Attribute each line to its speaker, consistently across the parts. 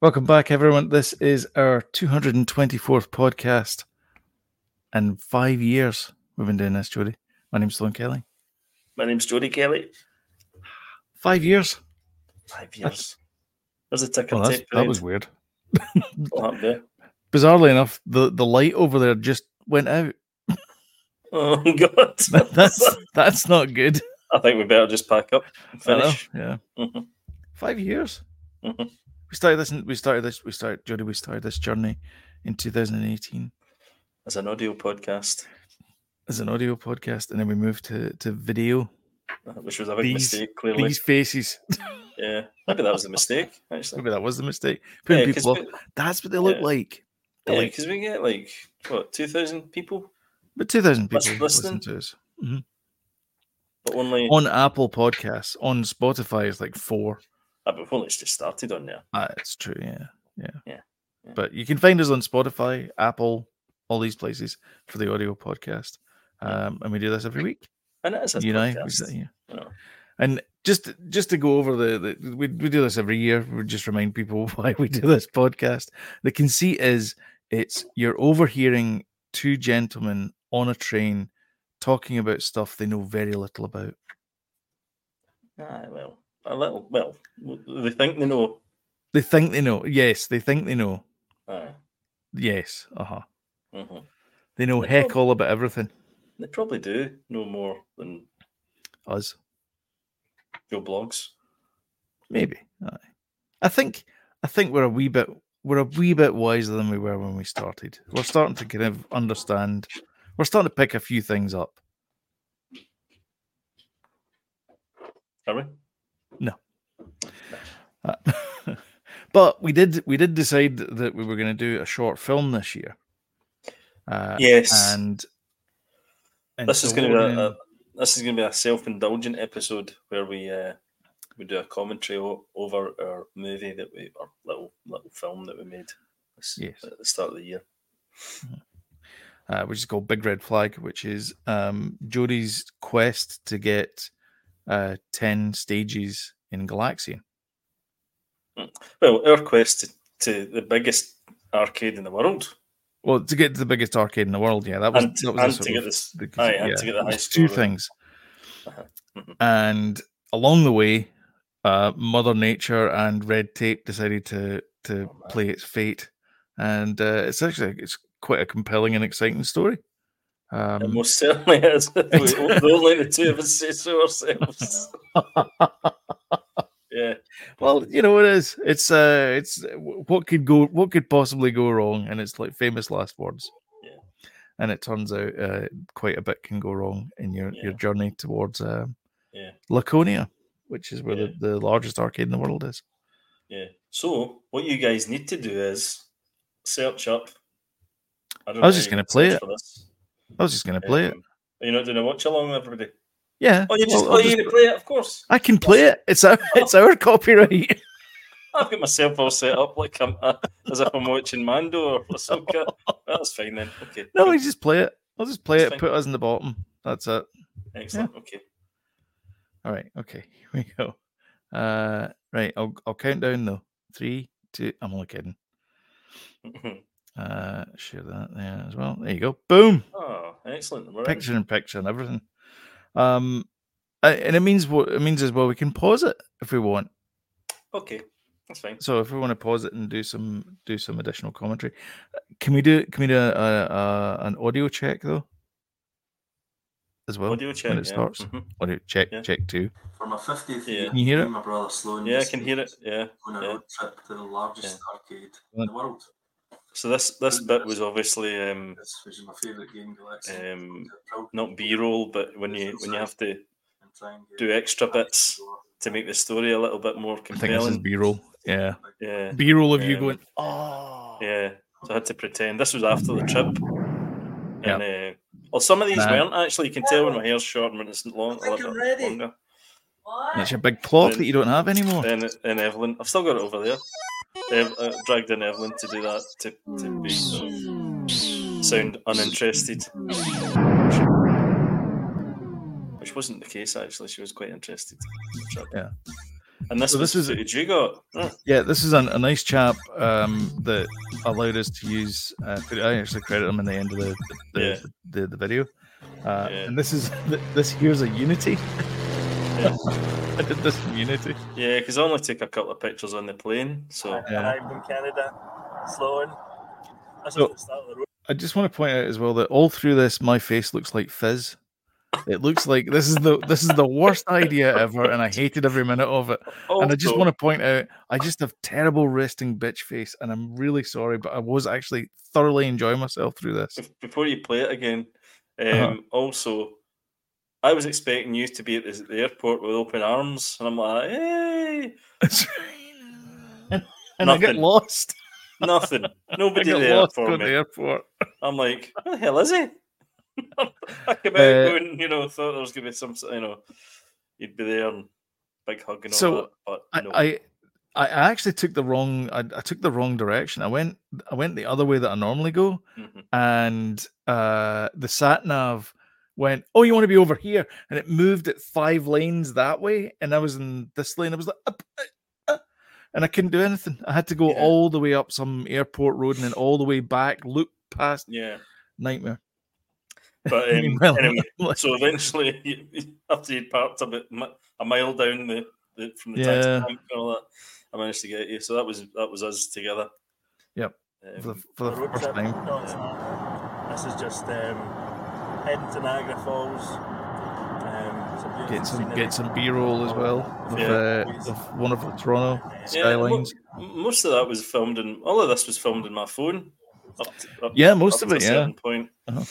Speaker 1: Welcome back, everyone. This is our 224th podcast. In five years, we've been doing this, Jody. My name's Sloan Kelly.
Speaker 2: My name's Jody Kelly.
Speaker 1: Five years.
Speaker 2: Five years. There's a ticker
Speaker 1: Well, that's,
Speaker 2: tape.
Speaker 1: that was weird.
Speaker 2: What happened there?
Speaker 1: Bizarrely enough, the, the light over there just went out.
Speaker 2: Oh God.
Speaker 1: That's that's not good.
Speaker 2: I think we better just pack up and
Speaker 1: I know,
Speaker 2: finish.
Speaker 1: Yeah.
Speaker 2: Mhm.
Speaker 1: Five years.
Speaker 2: Mhm.
Speaker 1: We started this. in- We started this. We started Jody. We started this journey in 2018
Speaker 2: As an audio podcast,
Speaker 1: as an audio podcast, and then we moved to to video.
Speaker 2: uh, which was a big
Speaker 1: These-
Speaker 2: mistake, clearly.
Speaker 1: These faces.
Speaker 2: Yeah. Maybe that was a mistake, actually.
Speaker 1: Maybe that was the mistake.
Speaker 2: Yeah,
Speaker 1: Putting people
Speaker 2: we,
Speaker 1: up. That's what they look
Speaker 2: yeah.
Speaker 1: like. They're
Speaker 2: yeah,
Speaker 1: like
Speaker 2: 'cause we get like what two thousand people,
Speaker 1: But 2,000
Speaker 2: That's
Speaker 1: people
Speaker 2: listening.
Speaker 1: listen to us.
Speaker 2: but only.
Speaker 1: On Apple Podcasts, on Spotify, it's like four.
Speaker 2: Ah, but only it's just started on there.
Speaker 1: Ah, it's true. Yeah. Yeah.
Speaker 2: Yeah, yeah.
Speaker 1: But you can find us on Spotify, Apple, all these places for the audio podcast. Um, and we do this every week.
Speaker 2: And it is a
Speaker 1: you know, we
Speaker 2: podcast.
Speaker 1: sit here.
Speaker 2: you know.
Speaker 1: and just just to go over the, the we, we do this every year. We just remind people why we do this podcast. The conceit is it's you're overhearing two gentlemen on a train talking about stuff they know very little about.
Speaker 2: Ah, well, a little. Well, w- they think they know.
Speaker 1: They think they know. Yes, they think they know.
Speaker 2: Ah,
Speaker 1: Yes. Uh huh.
Speaker 2: mhm.
Speaker 1: They know
Speaker 2: They
Speaker 1: heck
Speaker 2: prob-
Speaker 1: all about everything.
Speaker 2: They probably do know more than
Speaker 1: Us,
Speaker 2: your blogs.
Speaker 1: maybe. Aye. I think. I think we're a wee bit. We're a wee bit wiser than we were when we started. We're starting to kind of understand. We're starting to pick a few things up.
Speaker 2: Are we?
Speaker 1: Uh, but we did. We did decide that we were going to do a short film this year. Uh,
Speaker 2: Yes.
Speaker 1: And, and
Speaker 2: this is
Speaker 1: so
Speaker 2: going to
Speaker 1: what we're
Speaker 2: be a,
Speaker 1: gonna-
Speaker 2: a this is going to be a self-indulgent episode where we uh, we do a commentary o- over our movie that we our little little film that we made this-
Speaker 1: Yes.
Speaker 2: at the start of the year.
Speaker 1: uh, which is called Big Red Flag, which is um, Jodie's quest to get uh, 10 stages in Galaxian.
Speaker 2: Well, our quest to, to the biggest arcade in the world
Speaker 1: Well, to get to the biggest arcade in the world, yeah, that was,
Speaker 2: and,
Speaker 1: that was the
Speaker 2: and
Speaker 1: sort
Speaker 2: to get
Speaker 1: of-
Speaker 2: this
Speaker 1: the-
Speaker 2: aye, and
Speaker 1: yeah,
Speaker 2: Oh, to get the
Speaker 1: it
Speaker 2: high
Speaker 1: was two
Speaker 2: score.
Speaker 1: things.
Speaker 2: Uh-huh. Mhm.
Speaker 1: And along the way, uh, Mother Nature and Red Tape decided to, to
Speaker 2: Oh, man.
Speaker 1: play its fate. And uh, it's actually it's quite a compelling and exciting story.
Speaker 2: It
Speaker 1: Um,
Speaker 2: most certainly is. we, we only the two of us say so ourselves. yeah.
Speaker 1: Well, you know it is. It's uh, it's uh, wh- what could go, what could possibly go wrong, and it's like famous last words.
Speaker 2: Yeah.
Speaker 1: And it turns out uh, quite a bit can go wrong in your your
Speaker 2: Yeah.
Speaker 1: journey towards um,
Speaker 2: Yeah.
Speaker 1: Laconia, which is where
Speaker 2: Yeah.
Speaker 1: the, the largest arcade in the world is.
Speaker 2: Yeah. So what you guys need to do is search up. don't
Speaker 1: I was
Speaker 2: know
Speaker 1: just
Speaker 2: how you
Speaker 1: gonna play
Speaker 2: search
Speaker 1: it.
Speaker 2: for this.
Speaker 1: I was just going to play it.
Speaker 2: Um, Are you not doing a watch along, everybody?
Speaker 1: Yeah.
Speaker 2: Oh, you just
Speaker 1: well,
Speaker 2: oh,
Speaker 1: I'll
Speaker 2: you're
Speaker 1: just-
Speaker 2: gonna play it, of course.
Speaker 1: I can play it. It's our it's our copyright.
Speaker 2: I've got myself all set up like I'm uh, as if I'm watching Mando or Ahsoka. That's fine then. Okay.
Speaker 1: No,
Speaker 2: cool.
Speaker 1: you just play it. I'll just play
Speaker 2: It's
Speaker 1: it.
Speaker 2: fine.
Speaker 1: Put us in the bottom. That's it.
Speaker 2: excellent. Okay.
Speaker 1: All right. Okay. Here we go. Uh, right. I'll I'll count down though. Three, two. I'm only kidding. Uh, share that there as well. There you go. Boom.
Speaker 2: oh, excellent. We're in.
Speaker 1: Picture in picture and everything. Um, I- and it means what it means as well. We can pause it if we want.
Speaker 2: Okay, that's fine.
Speaker 1: So if we want to pause it and do some do some additional commentary, Uh, can we do can we do a, a, a- an audio check though? As well,
Speaker 2: Audio check.
Speaker 1: it
Speaker 2: yeah.
Speaker 1: starts.
Speaker 2: Mhm.
Speaker 1: audio check
Speaker 2: Yeah.
Speaker 1: check two.
Speaker 3: For my 50th
Speaker 2: Yeah.
Speaker 3: year,
Speaker 1: Can you hear
Speaker 3: me
Speaker 1: it?
Speaker 3: and my brother Sloan
Speaker 2: Yeah, I
Speaker 3: decided
Speaker 2: can hear it. Yeah.
Speaker 3: to go on a
Speaker 2: yeah.
Speaker 3: road trip to the largest arcade in the world.
Speaker 2: So this this bit was obviously um,
Speaker 3: This was my favourite game, Galaxy.
Speaker 2: um,
Speaker 3: I'm proud to
Speaker 2: not B roll, but when you when you have to
Speaker 3: and try and get
Speaker 2: do extra bits
Speaker 3: score.
Speaker 2: to make the story a little bit more
Speaker 1: I think this is
Speaker 2: compelling.
Speaker 1: B roll. Yeah,
Speaker 2: Yeah,
Speaker 1: B roll of you
Speaker 2: Um,
Speaker 1: going. Oh,
Speaker 2: yeah. So I had to pretend this was after the trip.
Speaker 1: Yeah.
Speaker 2: And uh, well, some of these
Speaker 1: Nah.
Speaker 2: weren't actually. You can tell when my hair's short and when it's long, a
Speaker 3: I think
Speaker 2: little
Speaker 3: I'm
Speaker 2: bit
Speaker 3: ready.
Speaker 2: longer.
Speaker 1: that's your big clock
Speaker 2: Then-
Speaker 1: that you don't have anymore.
Speaker 2: Then and Evelyn, I've still got it over there. Ev- uh, dragged in Evelyn to do that to to be, uh, sound uninterested, which wasn't the case actually. She was quite interested. in the trip.
Speaker 1: Yeah.
Speaker 2: And this,
Speaker 1: So
Speaker 2: this
Speaker 1: this
Speaker 2: was
Speaker 1: is-
Speaker 2: footage you got. Mm.
Speaker 1: Yeah, this is an, a nice chap um, that allowed us to use. Uh, footage. I actually credit him in the end of the the,
Speaker 2: Yeah.
Speaker 1: the, the video. Uh,
Speaker 2: Yeah.
Speaker 1: And this is this here's a Unity.
Speaker 2: Yeah.
Speaker 1: I did this in Unity.
Speaker 2: Yeah, because I only took a couple of pictures on the plane. So
Speaker 1: Yeah.
Speaker 4: I'm from Canada. Sloan. That's
Speaker 1: So-
Speaker 4: at the start of the road.
Speaker 1: I just want to point out as well that all through this, my face looks like fizz. It looks like this is the this is the worst idea ever, and I hated every minute of it. And I just want to point out, I just have terrible resting bitch face, and I'm really sorry, but I was actually thoroughly enjoying myself through this.
Speaker 2: to before you play it again. Um,
Speaker 1: Uh-huh.
Speaker 2: Also, I was expecting you to be at the, the airport with open arms, and I'm like, hey,
Speaker 1: and I get
Speaker 2: Nothing.
Speaker 1: lost.
Speaker 2: nothing,
Speaker 1: I
Speaker 2: nobody
Speaker 1: get
Speaker 2: there
Speaker 1: lost
Speaker 2: for
Speaker 1: going to the
Speaker 2: me.
Speaker 1: airport.
Speaker 2: I'm like, where the hell is he? I came out
Speaker 1: Uh,
Speaker 2: going, you know, thought there was gonna be some, s- you know, he'd be there and big hug and all
Speaker 1: So,
Speaker 2: that, but
Speaker 1: I,
Speaker 2: no.
Speaker 1: I I actually took the wrong I, I took the wrong direction. I went I went the other way that I normally go,
Speaker 2: Mhm.
Speaker 1: and uh, the sat nav went, "Oh, you want to be over here?" and it moved it five lanes that way, and I was in this lane. I was like, up, uh, uh," and I couldn't do anything. I had to go
Speaker 2: Yeah.
Speaker 1: all the way up some airport road and then all the way back, loop past
Speaker 2: yeah.
Speaker 1: nightmare.
Speaker 2: But um,
Speaker 1: Well,
Speaker 2: anyway,
Speaker 1: like-
Speaker 2: so eventually, you- you- after you'd parked a bit mi- a mile down the, the from the
Speaker 1: Yeah.
Speaker 2: taxi rank and all that, I managed to get you. So that was that was us together.
Speaker 1: Yep.
Speaker 2: Um,
Speaker 1: for the, for the
Speaker 4: road
Speaker 1: first
Speaker 4: trip.
Speaker 1: time.
Speaker 4: No, it's not. This is just um, heading to Niagara Falls. Um, some beautiful
Speaker 1: Get some
Speaker 4: scenery.
Speaker 1: get some B roll as well of,
Speaker 2: Yeah.
Speaker 1: uh, of wonderful Toronto
Speaker 4: Uh,
Speaker 2: yeah, mo-
Speaker 1: skylines.
Speaker 2: most of that was filmed in all of this was filmed in my phone. Up to, up,
Speaker 1: Yeah, most of
Speaker 2: up to
Speaker 1: it,
Speaker 2: a
Speaker 1: yeah.
Speaker 2: certain Point.
Speaker 1: Uh-huh.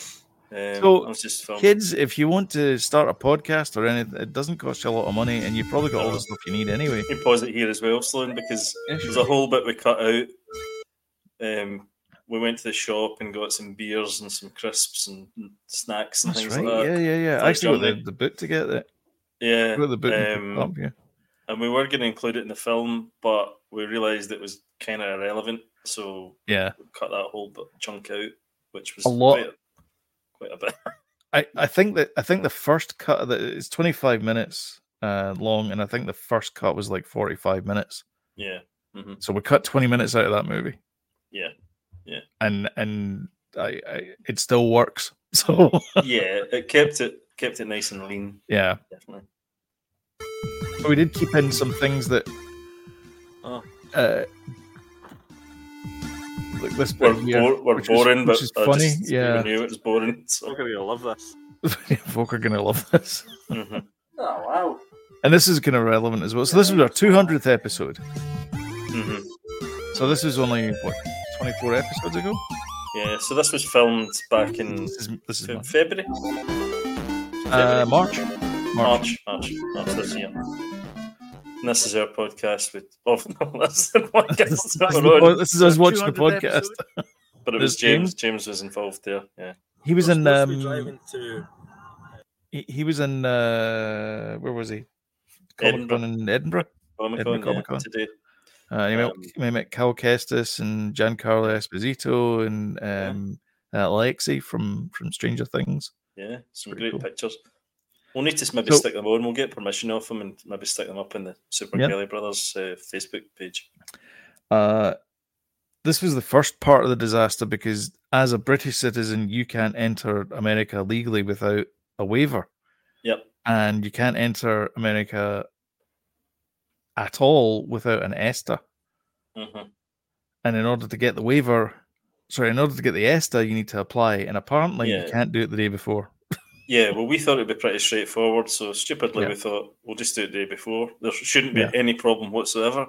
Speaker 2: Um,
Speaker 1: So,
Speaker 2: I was just filming.
Speaker 1: Kids, if you want to start a podcast or anything, it doesn't cost you a lot of money, and you've probably got all the stuff you need anyway.
Speaker 2: Can you pause it here as well, Sloan, because
Speaker 1: Yeah,
Speaker 2: there's a whole bit we cut out. Um, we went to the shop and got some beers and some crisps and snacks and
Speaker 1: That's
Speaker 2: things
Speaker 1: right.
Speaker 2: like
Speaker 1: yeah,
Speaker 2: that.
Speaker 1: yeah, yeah.
Speaker 2: It's
Speaker 1: I
Speaker 2: like
Speaker 1: actually got
Speaker 2: Johnny.
Speaker 1: the, the boot to get that.
Speaker 2: Yeah.
Speaker 1: Got the boot and picked
Speaker 2: um,
Speaker 1: it up, yeah.
Speaker 2: And we were going to include it in the film, but we realised it was kind of irrelevant, so
Speaker 1: Yeah.
Speaker 2: we cut that whole bit, chunk out, which was
Speaker 1: A lot.
Speaker 2: Quite, quite a bit.
Speaker 1: I, I think that I think the first cut of the, it's twenty five minutes uh, long, and I think the first cut was like forty five minutes.
Speaker 2: Yeah. hmm
Speaker 1: So we cut twenty minutes out of that movie.
Speaker 2: Yeah. Yeah.
Speaker 1: And and I, I it still works. So
Speaker 2: Yeah. It kept it kept it nice and lean.
Speaker 1: yeah.
Speaker 2: Definitely.
Speaker 1: But we did keep in some things that.
Speaker 2: Oh.
Speaker 1: Uh, like this
Speaker 2: We're,
Speaker 1: bit here,
Speaker 2: bor- we're
Speaker 1: which is-
Speaker 2: boring,
Speaker 1: which
Speaker 2: but
Speaker 1: is
Speaker 2: I
Speaker 1: funny.
Speaker 2: just-
Speaker 1: yeah,
Speaker 2: we knew it was boring. So.
Speaker 4: going to love this.
Speaker 1: folk are gonna love this,
Speaker 2: Mhm.
Speaker 3: Oh, wow.
Speaker 1: and this is kind of relevant as well. So this was our two hundredth episode.
Speaker 2: Mhm.
Speaker 1: So this was only what twenty four episodes ago.
Speaker 2: Yeah, so this was filmed back in
Speaker 1: This is this is
Speaker 2: Fe-
Speaker 1: March.
Speaker 2: February,
Speaker 1: Uh, March, March.
Speaker 2: March, March, March this year. And this is our podcast with of oh, no, that's the podcast
Speaker 1: This, is
Speaker 2: that
Speaker 1: the
Speaker 2: we're on,
Speaker 1: po- this is us watching the
Speaker 4: 200th
Speaker 1: podcast.
Speaker 4: episode.
Speaker 2: but it was
Speaker 1: this game.
Speaker 2: James. James was involved there. Yeah,
Speaker 1: He was
Speaker 4: We're
Speaker 1: in
Speaker 4: supposed to be
Speaker 1: um,
Speaker 4: driving to
Speaker 1: he, he was in uh, where was he? Comic
Speaker 2: Edinburgh.
Speaker 1: Con in Edinburgh.
Speaker 2: Comic
Speaker 1: Edinburgh
Speaker 2: Con yeah,
Speaker 1: Comic-Con.
Speaker 2: today.
Speaker 1: Uh, he, met,
Speaker 2: Um,
Speaker 1: he met Cal Kestis and Giancarlo Esposito and
Speaker 2: Yeah.
Speaker 1: um, uh, Alexi from from Stranger Things.
Speaker 2: Yeah, some
Speaker 1: Pretty
Speaker 2: great
Speaker 1: cool.
Speaker 2: pictures. We'll need to maybe
Speaker 1: So-
Speaker 2: stick them on. We'll get permission off them and maybe stick them up in the Super
Speaker 1: Yeah.
Speaker 2: Kelly Brothers uh, Facebook page.
Speaker 1: Uh, this was the first part of the disaster because, as a British citizen, you can't enter America legally without a waiver,
Speaker 2: Yep.
Speaker 1: and you can't enter America at all without an ESTA.
Speaker 2: hmm
Speaker 1: And in order to get the waiver, sorry, in order to get the ESTA, you need to apply, and apparently
Speaker 2: Yeah.
Speaker 1: you can't do it the day before.
Speaker 2: Yeah, well, we thought it'd be pretty straightforward, so stupidly
Speaker 1: Yeah.
Speaker 2: we thought we'll just do it the day before. There shouldn't be
Speaker 1: Yeah.
Speaker 2: any problem whatsoever,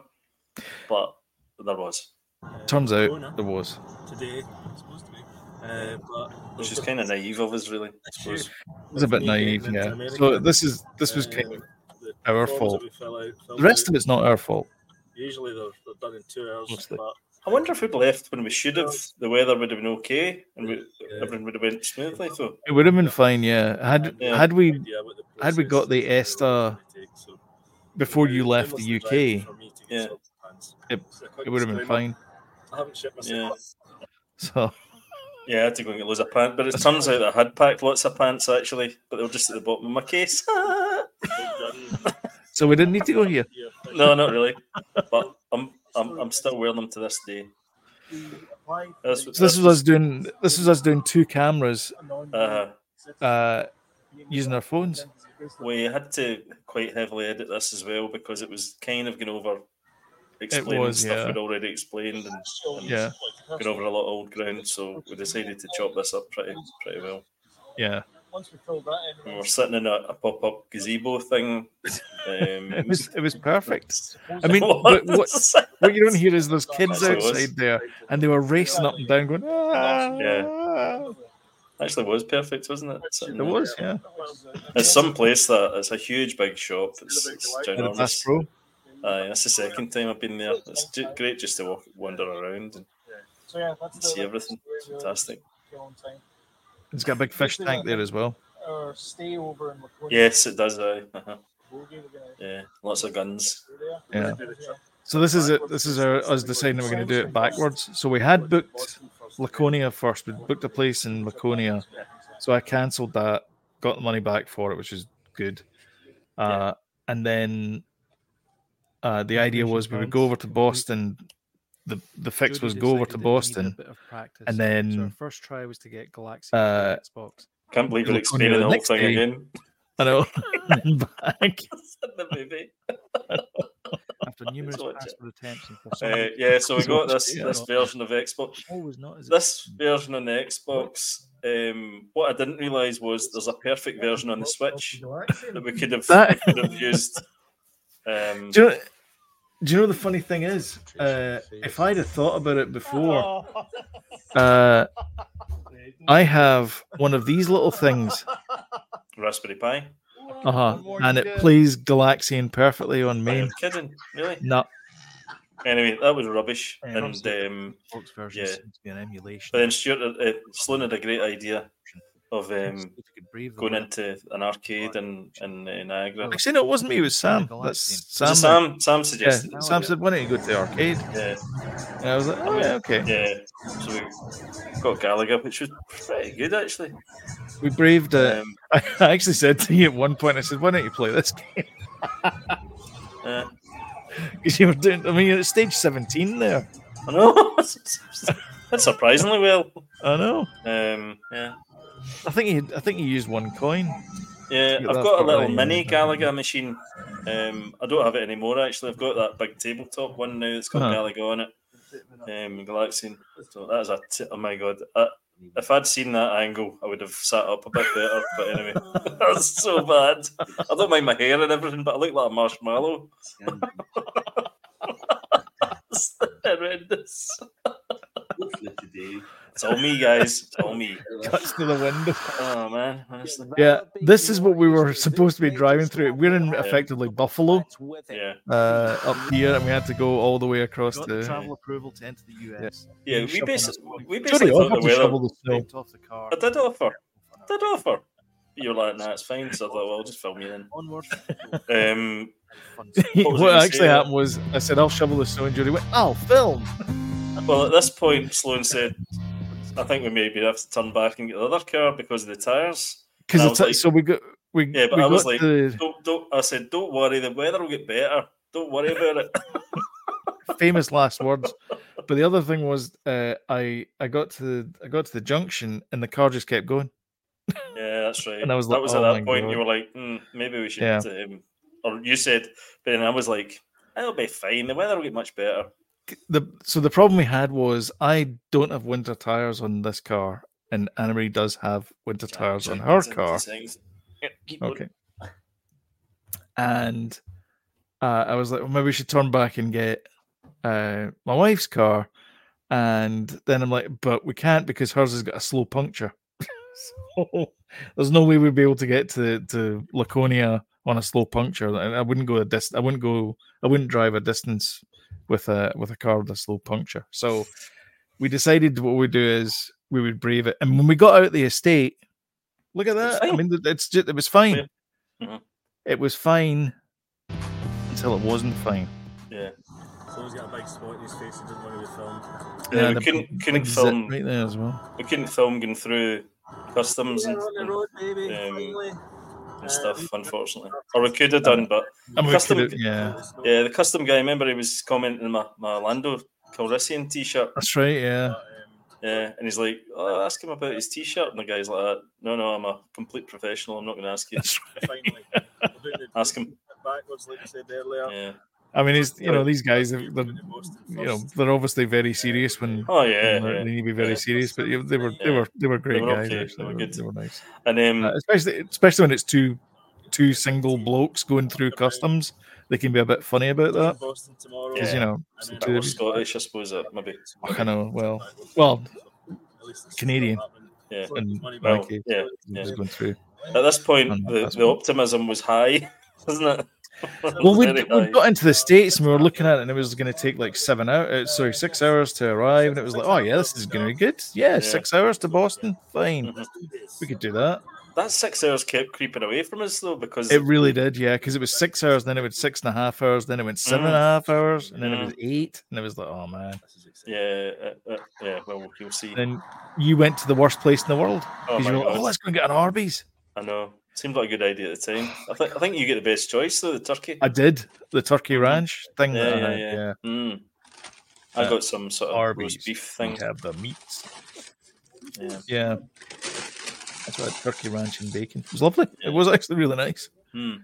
Speaker 2: but there was,
Speaker 4: uh,
Speaker 1: Turns out
Speaker 4: Kelowna
Speaker 1: there was.
Speaker 4: today. It's supposed to be, uh, but
Speaker 2: which is kind of naive of us, really. I
Speaker 4: Sure.
Speaker 2: suppose.
Speaker 1: It was a bit
Speaker 4: Me
Speaker 1: naive,
Speaker 4: getting
Speaker 1: yeah.
Speaker 4: into
Speaker 1: So
Speaker 4: America,
Speaker 1: this is this was
Speaker 4: uh,
Speaker 1: kind of
Speaker 4: the
Speaker 1: our
Speaker 4: forms
Speaker 1: fault.
Speaker 4: that we fill out- fill
Speaker 1: The rest
Speaker 4: out,
Speaker 1: of it's not our fault.
Speaker 4: usually they're, they're done in two hours.
Speaker 1: Mostly.
Speaker 4: But
Speaker 2: I wonder if we'd left when we should have, the weather would have been okay and we,
Speaker 4: Yeah.
Speaker 2: everything would have went smoothly. So,
Speaker 1: It would have been fine, yeah. Had
Speaker 2: Yeah.
Speaker 1: had we
Speaker 4: idea about the
Speaker 1: had we got
Speaker 4: process
Speaker 1: the
Speaker 4: and how long it's
Speaker 1: ESTA
Speaker 4: gonna take, so-
Speaker 1: before
Speaker 4: Uh,
Speaker 1: you left
Speaker 4: almost
Speaker 1: the
Speaker 4: drive
Speaker 1: UK,
Speaker 4: for me to get
Speaker 2: Yeah.
Speaker 4: sorts of plans.
Speaker 1: It-
Speaker 4: So I couldn't
Speaker 1: it would have been
Speaker 4: scream up.
Speaker 1: fine.
Speaker 4: I haven't shit myself.
Speaker 2: Yeah.
Speaker 1: So
Speaker 2: yeah, I had to go and get loads of pants, but it turns out I had packed lots of pants actually, but they were just at the bottom of my case.
Speaker 4: Well done.
Speaker 1: so we didn't need to go here.
Speaker 4: You're
Speaker 2: No, not really. But I'm I'm, I'm still wearing them to this day. That's,
Speaker 1: So this was us doing. This was us doing two cameras,
Speaker 2: uh,
Speaker 1: Uh-huh. uh, using our phones.
Speaker 2: we had to quite heavily edit this as well because it was kind of going over
Speaker 1: It
Speaker 2: explaining
Speaker 1: was,
Speaker 2: stuff
Speaker 1: yeah.
Speaker 2: we'd already explained and
Speaker 1: Yeah,
Speaker 2: going over a lot of old ground. So we decided to chop this up pretty pretty well.
Speaker 1: yeah.
Speaker 5: Once we fill that in,
Speaker 2: We
Speaker 5: then
Speaker 2: were sitting in a, a pop up gazebo thing.
Speaker 1: It
Speaker 2: Um,
Speaker 1: was it was perfect.
Speaker 5: suppose
Speaker 1: I mean,
Speaker 2: what-
Speaker 1: what, what, what you don't hear is there's kids
Speaker 2: Actually, it was.
Speaker 1: outside there, and they were racing up and down, going. Ah,
Speaker 4: Oh,
Speaker 2: Yeah. actually was perfect, wasn't it? Sitting
Speaker 1: It
Speaker 2: there.
Speaker 1: was, yeah.
Speaker 2: It's some place that it's a huge big shop. It's, it's
Speaker 1: With a Bass
Speaker 2: ginormous.
Speaker 1: Pro.
Speaker 2: Aye, that's the second time I've been there. It's ju- great just to walk, wander around and
Speaker 5: So yeah, that's the-
Speaker 2: see everything.
Speaker 5: that's the way we'll
Speaker 2: Fantastic.
Speaker 5: go on time.
Speaker 1: It's got a big fish tank there as well.
Speaker 5: Or stay over in Laconia.
Speaker 2: Yes, it does. Aye. uh
Speaker 5: Bogey, we're gonna
Speaker 2: Yeah, lots of guns.
Speaker 5: do there.
Speaker 1: Yeah.
Speaker 5: Yeah.
Speaker 1: So this is it. This is our, us deciding we're going to do it backwards. So we had booked Laconia first. We booked a place in Laconia, so I cancelled that. Got the money back for it, which is good. Uh, and then uh, the idea was we would go over to Boston. The the fix was go over to Boston. and then,
Speaker 6: so our first try was to get Galaxy
Speaker 1: uh,
Speaker 6: for Xbox.
Speaker 2: Can't believe
Speaker 1: Look
Speaker 2: we're
Speaker 1: on
Speaker 2: explaining
Speaker 1: the
Speaker 2: the whole
Speaker 1: next
Speaker 2: thing
Speaker 1: day.
Speaker 2: again.
Speaker 1: uh, I know. and back.
Speaker 2: The movie.
Speaker 6: After numerous
Speaker 2: what-
Speaker 6: password attempts and for some
Speaker 2: Uh,
Speaker 6: reason,
Speaker 2: yeah, so we
Speaker 1: It's
Speaker 2: got
Speaker 1: always
Speaker 2: this
Speaker 1: there,
Speaker 2: this
Speaker 6: not-
Speaker 2: version of Xbox.
Speaker 6: oh, was not. Is it?
Speaker 2: This version on the Xbox. Um, what I didn't realise was there's a perfect version on the Switch that we could have,
Speaker 1: That-
Speaker 2: we could have used. Um,
Speaker 1: Do you know? Do you know the funny thing is? Uh, if I'd have thought about it before, uh, I have one of these little things,
Speaker 2: Raspberry Pi.
Speaker 1: uh huh, and it plays Galaxian perfectly on
Speaker 2: Are you
Speaker 1: main.
Speaker 2: Uh, kidding? Really?
Speaker 1: No,
Speaker 2: Anyway, that was rubbish.
Speaker 6: Yeah,
Speaker 2: and
Speaker 6: obviously.
Speaker 2: um,
Speaker 6: Xbox version
Speaker 2: yeah.
Speaker 6: seems to be an emulation.
Speaker 2: but then Stuart, uh, Sloan had a great idea of
Speaker 6: See
Speaker 2: um,
Speaker 6: if you could brave the
Speaker 2: going
Speaker 6: weather.
Speaker 2: into an arcade in, in uh, Niagara. Was
Speaker 1: actually, no, it wasn't me. It was Sam. That's
Speaker 2: it
Speaker 1: Sam.
Speaker 2: Sam, Sam
Speaker 1: Yeah,
Speaker 2: suggested. it,
Speaker 1: Sam said, "Why don't you go to the arcade?"
Speaker 2: Yeah,
Speaker 1: And I was like, "Oh yeah, okay."
Speaker 2: yeah. So we got Gallagher, which was pretty good actually.
Speaker 1: We braved it.
Speaker 2: Um,
Speaker 1: I actually said to you at one point, "I said, why don't you play this game?"
Speaker 2: uh,
Speaker 1: Because you were doing. I mean, you're at stage seventeen there.
Speaker 2: I know. That's surprisingly well.
Speaker 1: I know.
Speaker 2: Um, yeah,
Speaker 1: I think he. I think he used one coin.
Speaker 2: yeah.
Speaker 1: Yeah,
Speaker 2: I've
Speaker 1: that's
Speaker 2: got a
Speaker 1: not
Speaker 2: little
Speaker 1: really
Speaker 2: mini
Speaker 1: anything.
Speaker 2: Gallagher machine. Um, I don't have it anymore. Actually, I've got that big tabletop one now. It's got
Speaker 1: Huh.
Speaker 2: Gallagher on it. Um, Galaxian. So that is a. T- oh my god. Uh, if I'd seen that angle, I would have sat up a bit better. But anyway, that's so bad. I don't mind my hair and everything, but I look like a marshmallow. It's horrendous. It's all me, guys. It's all me.
Speaker 1: Cuts to the window.
Speaker 2: Oh man, honestly.
Speaker 1: Yeah, this is what we were supposed to be driving through. We're in effectively Buffalo
Speaker 2: Yeah,
Speaker 1: uh, up here, and we had to go all the way across
Speaker 6: Got the
Speaker 1: to.
Speaker 6: travel approval to enter the US.
Speaker 2: yeah.
Speaker 1: You
Speaker 2: We
Speaker 1: shovel
Speaker 2: basically, we
Speaker 1: Sorry,
Speaker 2: basically
Speaker 1: I'll
Speaker 2: thought
Speaker 1: have
Speaker 2: the
Speaker 1: to
Speaker 2: weather.
Speaker 1: shovel the snow.
Speaker 6: Picked off the car.
Speaker 2: I did offer. I did offer. You're like, nah, it's fine. So I thought, well, I'll just film you then.
Speaker 6: Onward.
Speaker 2: Um,
Speaker 6: Fun
Speaker 2: What
Speaker 1: What,
Speaker 2: was I gonna say?
Speaker 1: actually happened was I said I'll shovel the snow, and Jody went, "I'll film."
Speaker 2: well, at this point, Sloan said, I think we maybe have to turn back and get the other car because of the tyres. And I
Speaker 1: Because
Speaker 2: was like-
Speaker 1: so we got we
Speaker 2: Yeah, but
Speaker 1: we
Speaker 2: I was
Speaker 1: got
Speaker 2: like-
Speaker 1: the
Speaker 2: Don't, don't, I said, don't worry, the weather will get better. Don't worry about it.
Speaker 1: famous last words. But the other thing was uh, I I got to the, I got to the junction, and the car just kept going.
Speaker 2: Yeah, that's right.
Speaker 1: And I was
Speaker 2: that
Speaker 1: like,
Speaker 2: was
Speaker 1: "Oh
Speaker 2: at
Speaker 1: my
Speaker 2: that point you
Speaker 1: God."
Speaker 2: were like, mm, maybe we should.
Speaker 1: Yeah.
Speaker 2: Um, or you said, but then I was like, it'll be fine. The weather will get much better.
Speaker 1: the so the problem we had was I don't have winter tires on this car, and Annemarie does have winter tires on her car.
Speaker 2: Yeah, keep going.
Speaker 1: Okay. And uh, I was like, well, maybe we should turn back and get uh, my wife's car. And then I'm like, but we can't because hers has got a slow puncture. so there's no way we'd be able to get to, to Laconia on a slow puncture. And I wouldn't go a dist- I wouldn't go. I wouldn't drive a distance with a with a car with a slow puncture. So we decided what we do is we would brave it. And when we got out the estate, look at
Speaker 2: was
Speaker 1: that. I
Speaker 2: fine.
Speaker 1: mean, th- it's just it was fine
Speaker 2: Mhm.
Speaker 1: it was fine until it wasn't fine.
Speaker 2: Yeah.
Speaker 4: So he's got a big spot in his face and didn't want to be filmed.
Speaker 2: Yeah,
Speaker 1: the
Speaker 2: we couldn't
Speaker 1: big-
Speaker 2: couldn't
Speaker 1: big zit
Speaker 2: film
Speaker 1: right there as well.
Speaker 2: we couldn't film going through customs and,
Speaker 3: We're on the road, baby.
Speaker 2: Um,
Speaker 3: finally.
Speaker 2: and
Speaker 4: Uh,
Speaker 2: stuff, unfortunately. Or we could have done, but
Speaker 1: I mean,
Speaker 2: Custom-
Speaker 1: could it- yeah,
Speaker 2: yeah, the custom guy, remember he was commenting on my, my Lando Calrissian t shirt.
Speaker 1: that's right. Yeah,
Speaker 4: um,
Speaker 2: Yeah, and he's like, oh, ask him about his t shirt. And the guy's like, "Uh, no, no, I'm a complete professional. I'm not going to ask you.
Speaker 1: that's right.
Speaker 4: Finally, We're doing it
Speaker 2: Ask him.
Speaker 4: backwards, like I said earlier.
Speaker 2: Yeah.
Speaker 1: I mean, it's you know these guys, they're, they're
Speaker 4: Doing it most and
Speaker 1: you know
Speaker 4: first.
Speaker 1: they're obviously very serious when
Speaker 2: Oh,
Speaker 1: when
Speaker 2: yeah.
Speaker 1: they're-
Speaker 2: yeah.
Speaker 1: they need to be very
Speaker 2: yeah.
Speaker 1: serious. But yeah, they were they
Speaker 2: Yeah.
Speaker 1: were they were great
Speaker 2: were
Speaker 1: guys.
Speaker 2: okay,
Speaker 1: actually.
Speaker 2: they were good.
Speaker 1: They were nice,
Speaker 2: And um,
Speaker 1: Uh, especially especially when it's two two single blokes going through customs. They can be a bit funny about that
Speaker 4: Boston tomorrow.
Speaker 1: because you know
Speaker 4: and
Speaker 2: that
Speaker 4: then
Speaker 2: was
Speaker 1: sometimes-
Speaker 2: Scottish, I suppose, uh, maybe.
Speaker 1: I kind of well well Canadian.
Speaker 2: Yeah.
Speaker 1: and
Speaker 2: Well,
Speaker 1: Mikey
Speaker 2: yeah,
Speaker 1: was
Speaker 2: yeah.
Speaker 1: going through.
Speaker 2: At this point,
Speaker 1: Um,
Speaker 2: the,
Speaker 1: that's
Speaker 2: the optimism was high, wasn't it?
Speaker 1: Well, we
Speaker 2: Very
Speaker 1: we
Speaker 2: high.
Speaker 1: got into the states and we were looking at it, and it was going to take like seven hours, sorry, six hours to arrive, and it was like, oh yeah, this is going to be good. Yeah,
Speaker 2: Yeah.
Speaker 1: six hours to Boston, fine,
Speaker 2: Mhm.
Speaker 1: we could do that.
Speaker 2: That six hours kept creeping away from us though, because
Speaker 1: It really did, yeah, because it was six hours, then it went six and a half hours, then it went seven and a half hours, and then it
Speaker 2: Mm.
Speaker 1: was eight, and it was like, oh man.
Speaker 2: yeah, uh, uh, yeah. Well, you'll see.
Speaker 1: Then you went to the worst place in the world
Speaker 2: Oh
Speaker 1: because
Speaker 2: my
Speaker 1: you were like,
Speaker 2: God.
Speaker 1: oh, let's go and get an Arby's.
Speaker 2: I know. Seemed like a good idea at the time. I think I think you get the best choice though, the turkey.
Speaker 1: I did the turkey ranch thing.
Speaker 2: Mm-hmm. Yeah,
Speaker 1: that I
Speaker 2: yeah,
Speaker 1: had,
Speaker 2: yeah.
Speaker 1: yeah.
Speaker 2: Mm. I
Speaker 1: Uh,
Speaker 2: got some sort of
Speaker 1: Arby's.
Speaker 2: roast beef
Speaker 1: We
Speaker 2: thing.
Speaker 1: have the meats.
Speaker 2: Yeah.
Speaker 1: Yeah. That's why turkey ranch and bacon. It was lovely.
Speaker 2: Yeah.
Speaker 1: It was actually really nice.
Speaker 2: Mm.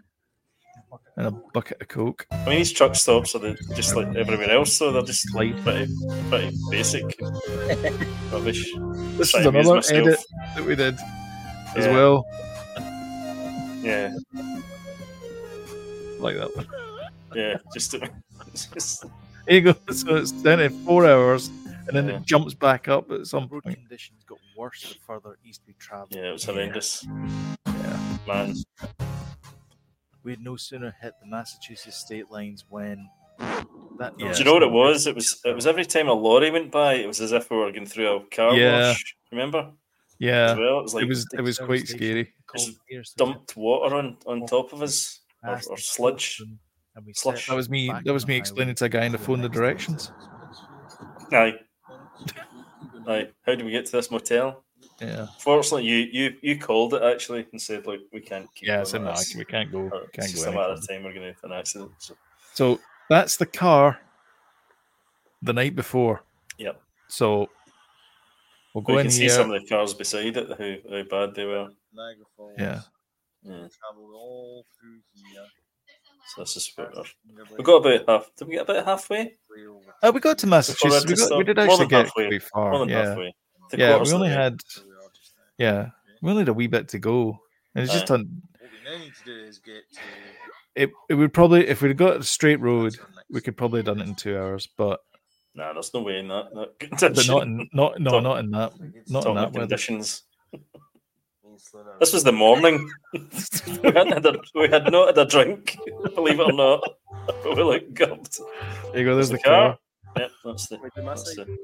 Speaker 1: And a bucket of Coke.
Speaker 2: I mean, these truck stops are the, just like everywhere else, though they're just
Speaker 1: Light.
Speaker 2: pretty, pretty basic rubbish.
Speaker 1: This
Speaker 2: Try
Speaker 1: is
Speaker 2: and amuse
Speaker 1: another
Speaker 2: myself.
Speaker 1: edit that we did as
Speaker 2: Yeah.
Speaker 1: well.
Speaker 2: Yeah,
Speaker 1: Like that one.
Speaker 2: yeah. Just, just
Speaker 1: There you go. So it's down at four hours and then
Speaker 2: Yeah.
Speaker 1: it jumps back up at some
Speaker 6: road
Speaker 1: point.
Speaker 6: conditions got worse the further east we travelled.
Speaker 2: yeah, it was horrendous. Man,
Speaker 6: We had no sooner hit the Massachusetts state lines when that.
Speaker 1: Yeah.
Speaker 2: Do you know what it was? It was it was every time a lorry went by, it was as if we were going through a car
Speaker 1: Yeah.
Speaker 2: wash. Remember? As
Speaker 1: Yeah.
Speaker 2: well, it was like
Speaker 1: It was it was quite scary.
Speaker 2: Just dumped water on on top of us or,
Speaker 6: past
Speaker 2: or
Speaker 6: the
Speaker 2: sludge.
Speaker 6: Boston, and we
Speaker 2: Slush.
Speaker 6: set
Speaker 1: That was me
Speaker 6: back
Speaker 1: that
Speaker 6: on
Speaker 1: was
Speaker 6: the
Speaker 1: me
Speaker 6: highway.
Speaker 1: explaining to a guy on the phone the directions.
Speaker 2: Aye, aye. How do we get to this motel?
Speaker 1: Yeah.
Speaker 2: Fortunately, you you you called it actually and said, "Look, we can't keep."
Speaker 1: Yeah, I
Speaker 2: going
Speaker 1: said
Speaker 2: like
Speaker 1: no,
Speaker 2: this.
Speaker 1: we can't go.
Speaker 2: Or It's
Speaker 1: Can't
Speaker 2: just
Speaker 1: go
Speaker 2: a
Speaker 1: any
Speaker 2: matter of
Speaker 1: further."
Speaker 2: time we're going to have an accident. So,
Speaker 1: So that's the car the night before.
Speaker 2: Yep.
Speaker 1: So we'll
Speaker 2: we
Speaker 1: go in
Speaker 2: can see
Speaker 1: here.
Speaker 2: some of the cars beside it, how, how bad they were.
Speaker 7: Niagara Falls.
Speaker 1: Yeah.
Speaker 2: Yeah.
Speaker 7: Traveled all through here.
Speaker 2: So this is where we are.
Speaker 7: Nearby
Speaker 2: We got about half. Did we get about halfway?
Speaker 7: clear over
Speaker 1: Oh, we got to Massachusetts.
Speaker 2: had
Speaker 1: We, got,
Speaker 2: to
Speaker 1: we
Speaker 2: stop-
Speaker 1: did
Speaker 2: more
Speaker 1: actually
Speaker 2: than
Speaker 1: get
Speaker 2: halfway,
Speaker 1: pretty
Speaker 2: More
Speaker 1: far.
Speaker 2: than
Speaker 1: Oh, Yeah,
Speaker 2: halfway. Three
Speaker 1: yeah.
Speaker 2: quarters
Speaker 1: We
Speaker 2: of the
Speaker 1: only
Speaker 2: way.
Speaker 1: had
Speaker 7: where we are just now.
Speaker 1: yeah, we only had a wee bit to go, and it's just on.
Speaker 7: What we now need to do is get to.
Speaker 1: It, it would probably if we'd got a straight road,
Speaker 7: that's our next
Speaker 1: we could probably have done it in two hours, but
Speaker 2: Nah, there's no way in that. that
Speaker 1: but not in not no
Speaker 2: Talk-
Speaker 1: not in that not in
Speaker 2: talking
Speaker 1: that weather.
Speaker 2: conditions.
Speaker 7: we'll slow down.
Speaker 2: This was the morning. we, hadn't had a, we had not had a drink, believe it or not. But we look good.
Speaker 1: There you go. There's the
Speaker 2: car.
Speaker 1: car
Speaker 2: Yep, that's the.
Speaker 4: Wait, did my
Speaker 2: That's
Speaker 4: side-
Speaker 2: the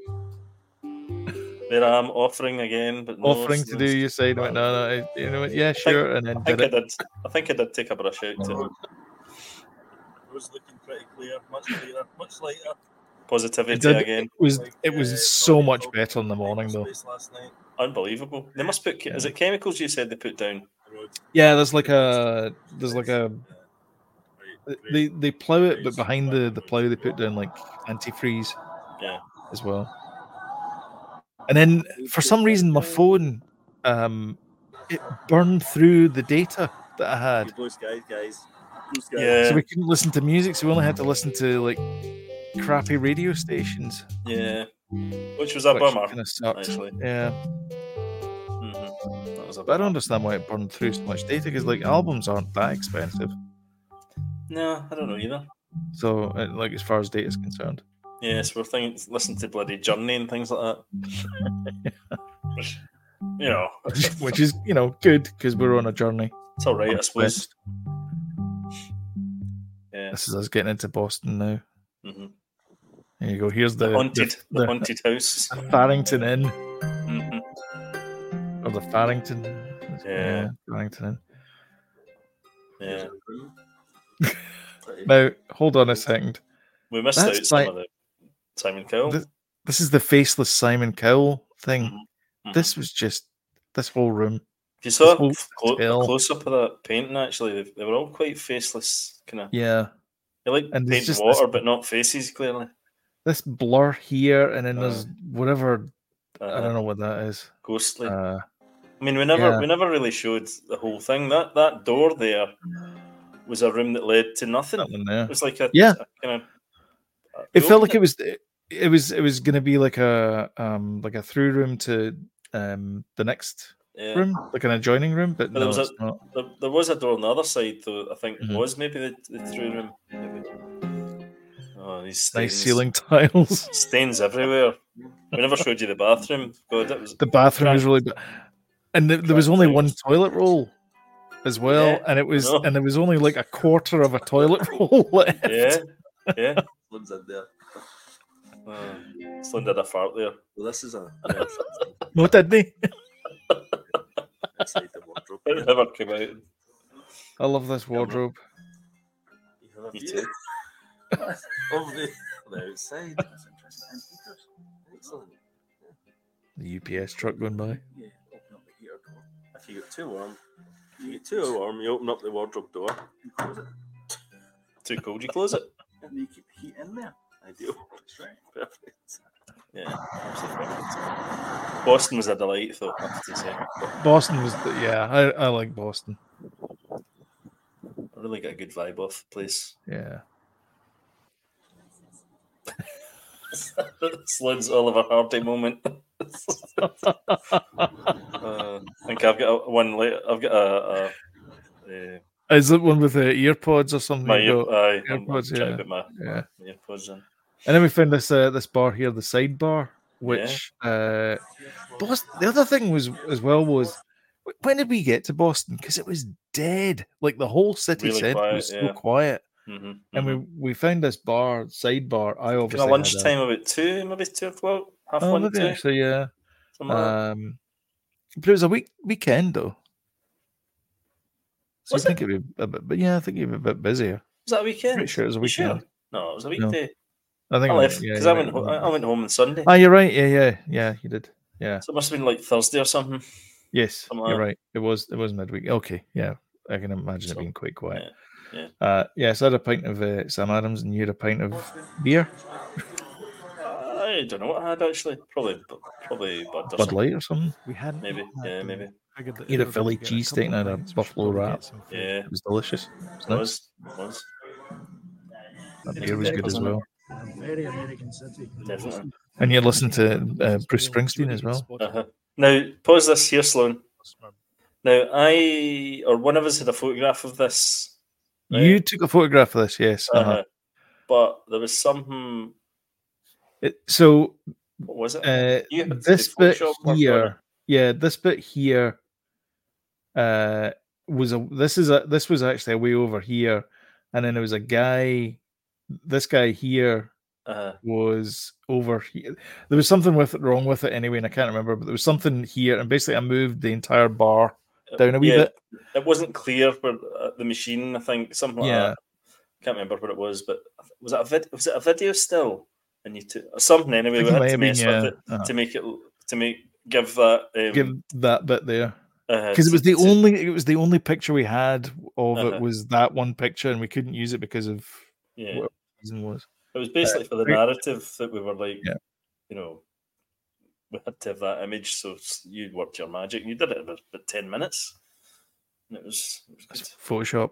Speaker 2: there I am offering again, but no,
Speaker 1: offering
Speaker 2: it's-
Speaker 1: to do your side. Went no, no. I- You know what? Yeah, sure. And then
Speaker 2: I
Speaker 1: did
Speaker 2: think I
Speaker 1: it.
Speaker 2: did. I think I did take a brush out to
Speaker 4: It was looking pretty clear, much clearer, much lighter.
Speaker 1: It,
Speaker 2: positivity
Speaker 1: did.
Speaker 2: again.
Speaker 1: it was
Speaker 4: Like,
Speaker 1: it
Speaker 4: uh,
Speaker 1: was so
Speaker 4: Northern
Speaker 1: much
Speaker 4: Hope
Speaker 1: better in the morning though.
Speaker 4: Space Last night,
Speaker 2: Unbelievable. They must put. Is it chemicals you said they put down?
Speaker 4: the road.
Speaker 1: Yeah, there's like a there's like a
Speaker 4: Right,
Speaker 1: they
Speaker 4: great.
Speaker 1: they plow it, but behind the the plow they put down like antifreeze.
Speaker 2: Yeah.
Speaker 1: As well. And then for some reason my phone um it burned through the data that I
Speaker 4: You
Speaker 1: had.
Speaker 4: blue skies, guys. Blue skies.
Speaker 2: Yeah,
Speaker 1: So we couldn't listen to music, so we only had to listen to like crappy radio stations.
Speaker 2: yeah. Which was a
Speaker 1: which
Speaker 2: bummer.
Speaker 1: Kinda sucked.
Speaker 2: Actually,
Speaker 1: Yeah.
Speaker 2: Mhm. that was a
Speaker 1: But I don't
Speaker 2: bummer.
Speaker 1: understand why it burned through so much data because like albums aren't that expensive.
Speaker 2: No, I don't know either.
Speaker 1: So uh, like as far as data is concerned.
Speaker 2: Yes, we're thinking, listen to bloody Journey and things like that. Which, you know,
Speaker 1: Which is, you know, good because we're on a journey.
Speaker 2: it's all right, I suppose.
Speaker 1: West.
Speaker 2: Yeah.
Speaker 1: This is us getting into Boston now.
Speaker 2: mhm.
Speaker 1: There you go. Here's the,
Speaker 2: The haunted,
Speaker 1: the,
Speaker 2: the, haunted house.
Speaker 1: the Farrington Inn
Speaker 2: Mhm.
Speaker 1: or the Farrington.
Speaker 2: Yeah.
Speaker 1: Farrington Inn.
Speaker 2: Yeah,
Speaker 1: Now, hold on a second.
Speaker 2: we missed
Speaker 1: That's
Speaker 2: out some
Speaker 1: like-
Speaker 2: of the Simon Cowell.
Speaker 1: Th- This is the faceless Simon Cowell thing.
Speaker 2: Mhm.
Speaker 1: This was just this whole room.
Speaker 2: If you saw
Speaker 1: Oh,
Speaker 2: a clo-
Speaker 1: hell.
Speaker 2: a close up of that painting, actually, they, they were all quite faceless, kind of.
Speaker 1: Yeah.
Speaker 2: They like
Speaker 1: And there's
Speaker 2: paint
Speaker 1: just
Speaker 2: water, but not faces, clearly.
Speaker 1: This blur here, and then
Speaker 2: Uh,
Speaker 1: there's whatever
Speaker 2: Uh,
Speaker 1: I don't know what that is.
Speaker 2: Ghostly.
Speaker 1: Uh,
Speaker 2: I mean, we never
Speaker 1: yeah.
Speaker 2: we never really showed the whole thing. That that door there was a room that led to nothing.
Speaker 1: that one there.
Speaker 2: It was like a
Speaker 1: Yeah.
Speaker 2: kind of.
Speaker 1: It felt like it was it, it was it was gonna be like a um like a through room to um the next
Speaker 2: Yeah.
Speaker 1: room, like an adjoining room, but
Speaker 2: But there
Speaker 1: no,
Speaker 2: was
Speaker 1: it's
Speaker 2: a-
Speaker 1: not.
Speaker 2: There, there was a door on the other side, though. I think
Speaker 1: Mhm.
Speaker 2: was maybe the, the through room. Maybe. Oh, these stains.
Speaker 1: Nice ceiling tiles.
Speaker 2: Stains everywhere. We never showed you the bathroom. God, that was
Speaker 1: The bathroom is really bad. And th- there was only one toilet roll as well,
Speaker 2: Yeah,
Speaker 1: and it was
Speaker 2: know.
Speaker 1: and there was only like a quarter of a toilet roll left.
Speaker 2: yeah, yeah.
Speaker 3: One's in there.
Speaker 2: Uh, Slim did a fart there.
Speaker 3: Well, this is a
Speaker 1: What did they?
Speaker 3: inside the wardrobe.
Speaker 2: It never came out.
Speaker 1: I love this wardrobe.
Speaker 3: You have a
Speaker 2: Me
Speaker 3: view of the, the outside. That's interesting. Excellent.
Speaker 1: The UPS truck going by.
Speaker 3: Yeah, open up the heater door. If you get too warm, if you get too warm, you open up the wardrobe door and close it.
Speaker 2: Too cold, you close it.
Speaker 3: And you keep the heat in there. Ideal. That's right. Perfect.
Speaker 2: Yeah, absolutely. Boston was a delight, though. I have to say, I
Speaker 1: Boston was, the, yeah, I, I like Boston.
Speaker 2: really got a good vibe off the place.
Speaker 1: Yeah,
Speaker 2: Slim's Oliver Hardy moment. uh, I think I've got a, one later. I've got a, a, uh
Speaker 1: is it one with the earpods or something?
Speaker 2: my
Speaker 1: you
Speaker 2: ear,
Speaker 1: got?
Speaker 2: aye, I'm- I'm
Speaker 1: earpods,
Speaker 2: trying
Speaker 1: yeah.
Speaker 2: to put my
Speaker 1: yeah.
Speaker 2: my earpods in.
Speaker 1: And then we found this uh, this bar here, the side bar, which uh, Boston. The other thing was as well was wh- when did we get to Boston? Because it was dead. Like the whole city
Speaker 2: Really
Speaker 1: centre
Speaker 2: quiet,
Speaker 1: was so
Speaker 2: yeah.
Speaker 1: quiet,
Speaker 2: Mm-hmm.
Speaker 1: and we we found this bar side bar. I obviously
Speaker 2: kind of
Speaker 1: had
Speaker 2: lunchtime about two, maybe two o'clock, half
Speaker 1: Oh,
Speaker 2: one,
Speaker 1: maybe
Speaker 2: two.
Speaker 1: actually, yeah.
Speaker 2: something like that.
Speaker 1: Um, but it was a week weekend though. So
Speaker 2: Was
Speaker 1: I think it? would be a bit, but yeah, I think you'd be a bit busier.
Speaker 2: was that a weekend?
Speaker 1: Pretty sure it was a
Speaker 2: You sure?
Speaker 1: weekend.
Speaker 2: No, it was a weekday.
Speaker 1: I think it
Speaker 2: I
Speaker 1: was-
Speaker 2: left
Speaker 1: yeah,
Speaker 2: because
Speaker 1: you're
Speaker 2: I
Speaker 1: right,
Speaker 2: went.
Speaker 1: it
Speaker 2: ho-
Speaker 1: was a
Speaker 2: I I
Speaker 1: weekend.
Speaker 2: went home on Sunday,
Speaker 1: Ah, you're right. Yeah, yeah, yeah. You did. Yeah.
Speaker 2: so it must have been like Thursday or something.
Speaker 1: Yes,
Speaker 2: Something like
Speaker 1: you're
Speaker 2: that.
Speaker 1: right. It was it was midweek. Okay, yeah, I can imagine it
Speaker 2: So,
Speaker 1: being quite quiet. Uh, yes, I had a pint of uh, Sam Adams and you had a pint of beer,
Speaker 2: I don't know what I had actually. Probably, probably Bud or
Speaker 1: Bud
Speaker 2: something.
Speaker 1: Light or something.
Speaker 6: We hadn't.
Speaker 2: Maybe, yeah, maybe.
Speaker 1: Eat a Philly cheesesteak and a buffalo wrap.
Speaker 2: Yeah,
Speaker 1: It was delicious. It was
Speaker 2: it
Speaker 1: nice.
Speaker 2: was, it was
Speaker 1: That beer was good as
Speaker 2: Wasn't it?
Speaker 1: well.
Speaker 5: Very American city.
Speaker 2: definitely.
Speaker 1: And you listened to uh, Bruce Springsteen as well.
Speaker 2: Uh-huh. Now pause this here, Sloan. Now I or one of us had a photograph of this, right?
Speaker 1: You took a photograph of this, yes.
Speaker 2: Uh-huh.
Speaker 1: uh-huh.
Speaker 2: but there was something.
Speaker 1: It- so
Speaker 2: What was it?
Speaker 1: uh,
Speaker 2: You had to
Speaker 1: this bit
Speaker 2: Photoshop work on it.
Speaker 1: here, yeah, this bit here, uh, was a this is a this was actually a way over here, and then there was a guy, this guy here
Speaker 2: Uh,
Speaker 1: was over here. There was something with wrong with it anyway, and I can't remember, but there was something here, and basically I moved the entire bar down a wee
Speaker 2: yeah,
Speaker 1: bit.
Speaker 2: It wasn't clear for uh, the machine. I think something like
Speaker 1: Yeah.
Speaker 2: that. Can't remember what it was, but was that a vid- was it a video still? And you took or something anyway.
Speaker 1: Think it
Speaker 2: We had
Speaker 1: may
Speaker 2: to
Speaker 1: have been,
Speaker 2: mess
Speaker 1: yeah,
Speaker 2: with it
Speaker 1: uh-huh.
Speaker 2: to make it to make give that um,
Speaker 1: Give that bit there.
Speaker 2: uh,
Speaker 1: because it
Speaker 2: to-
Speaker 1: was the
Speaker 2: to-
Speaker 1: only it was the only picture we had of
Speaker 2: Uh-huh.
Speaker 1: it was that one picture and we couldn't use it because of
Speaker 2: Yeah.
Speaker 1: what reason was
Speaker 2: It was basically for the
Speaker 1: great.
Speaker 2: narrative that we were like,
Speaker 1: Yeah.
Speaker 2: you know, we had to have that image. So s- you worked your magic. and You did it in about, about ten minutes, and it was, it was good.
Speaker 1: photoshop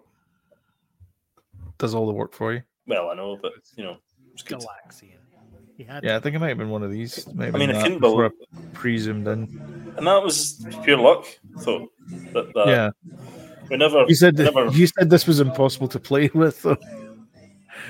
Speaker 1: does all the work for you
Speaker 2: Well, I know, but you know, it was good.
Speaker 6: Galaxian. He had
Speaker 1: yeah i think it might have been one of these it might have
Speaker 2: I mean,
Speaker 1: been
Speaker 2: I
Speaker 1: that
Speaker 2: couldn't
Speaker 1: before
Speaker 2: believe,
Speaker 1: I pre-zoomed in
Speaker 2: and that was pure luck. So that, that
Speaker 1: yeah
Speaker 2: we never,
Speaker 1: you said
Speaker 2: we
Speaker 1: that,
Speaker 2: Uh, never,
Speaker 1: you said this was impossible to play with though,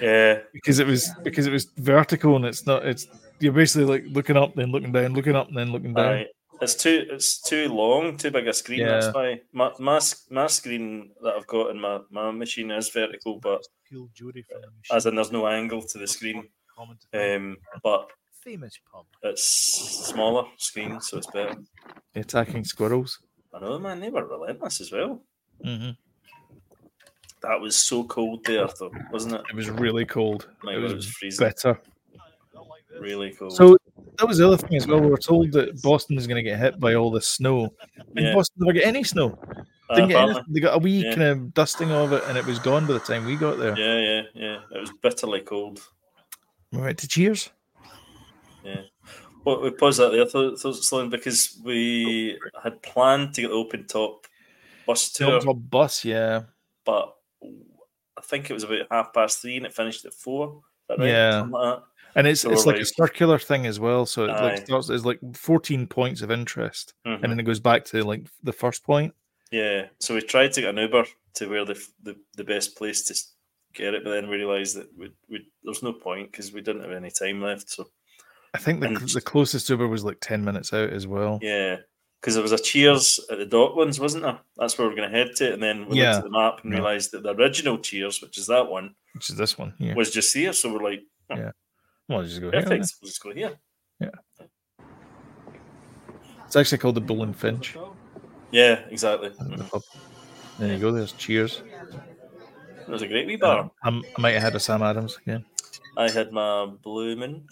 Speaker 2: yeah,
Speaker 1: because it was because it was vertical and it's not it's you're basically like looking up then looking down looking up and then looking down
Speaker 2: aye. It's too it's too long, too big a screen.
Speaker 1: Yeah.
Speaker 2: That's why my, my s- my screen that I've got in my, my machine is vertical, but
Speaker 6: Peel Judy from the
Speaker 2: as in there's no angle to the screen.
Speaker 6: Common to fame.
Speaker 2: Um, but
Speaker 6: famous pub.
Speaker 2: it's smaller screen, so it's better.
Speaker 1: attacking squirrels
Speaker 2: I know, man. They were relentless as well.
Speaker 1: hmm
Speaker 2: That was so cold there, though, wasn't it?
Speaker 1: it was really cold
Speaker 2: My
Speaker 1: it
Speaker 2: God,
Speaker 1: was
Speaker 2: it was freezing.
Speaker 1: bitter
Speaker 2: Really cold.
Speaker 1: So that was the other thing as well. We were told that Boston was going to get hit by all the snow, and
Speaker 2: Yeah.
Speaker 1: Boston never get any snow.
Speaker 2: Uh,
Speaker 1: Didn't get
Speaker 2: apparently.
Speaker 1: anything. They got a wee
Speaker 2: Yeah.
Speaker 1: kind of dusting of it, and it was gone by the time we got there.
Speaker 2: yeah, yeah, yeah. It was bitterly cold.
Speaker 1: We went to Cheers.
Speaker 2: Well, we paused that there, Thor- Thor- Sloan, because we had planned to get the open top bus tour,
Speaker 1: Top of bus, yeah,
Speaker 2: but I think it was about half past three and it finished at four. Is that right?
Speaker 1: Yeah.
Speaker 2: Something like that.
Speaker 1: and it's
Speaker 2: So
Speaker 1: it's
Speaker 2: we're
Speaker 1: like a
Speaker 2: like-
Speaker 1: circular thing as well. So it like
Speaker 2: Aye.
Speaker 1: starts as like fourteen points of interest,
Speaker 2: Mhm.
Speaker 1: and then it goes back to like the first point.
Speaker 2: Yeah, so we tried to get an Uber to where the the, the best place to s- get it, but then we realised that we, we there's no point because we didn't have any time left. So
Speaker 1: I think the,
Speaker 2: And-
Speaker 1: cl- the closest Uber was like ten minutes out as well.
Speaker 2: yeah, because there was a Cheers at the Docklands, wasn't there? That's where we are going to head to, and then we
Speaker 1: Yeah.
Speaker 2: looked at the map and
Speaker 1: Yeah.
Speaker 2: realised that the original Cheers, which is that one,
Speaker 1: Which is this one? Yeah.
Speaker 2: was just here. So we're like,
Speaker 1: Well, just go here,
Speaker 2: perfect.
Speaker 1: then.
Speaker 2: We'll just go here.
Speaker 1: It's actually called the Bull and Finch.
Speaker 2: Yeah, exactly.
Speaker 1: in the
Speaker 2: Mhm.
Speaker 1: pub. There you go. There's Cheers.
Speaker 2: It was a great wee bar.
Speaker 1: Um, I might have had a Sam Adams again.
Speaker 2: I had my blooming,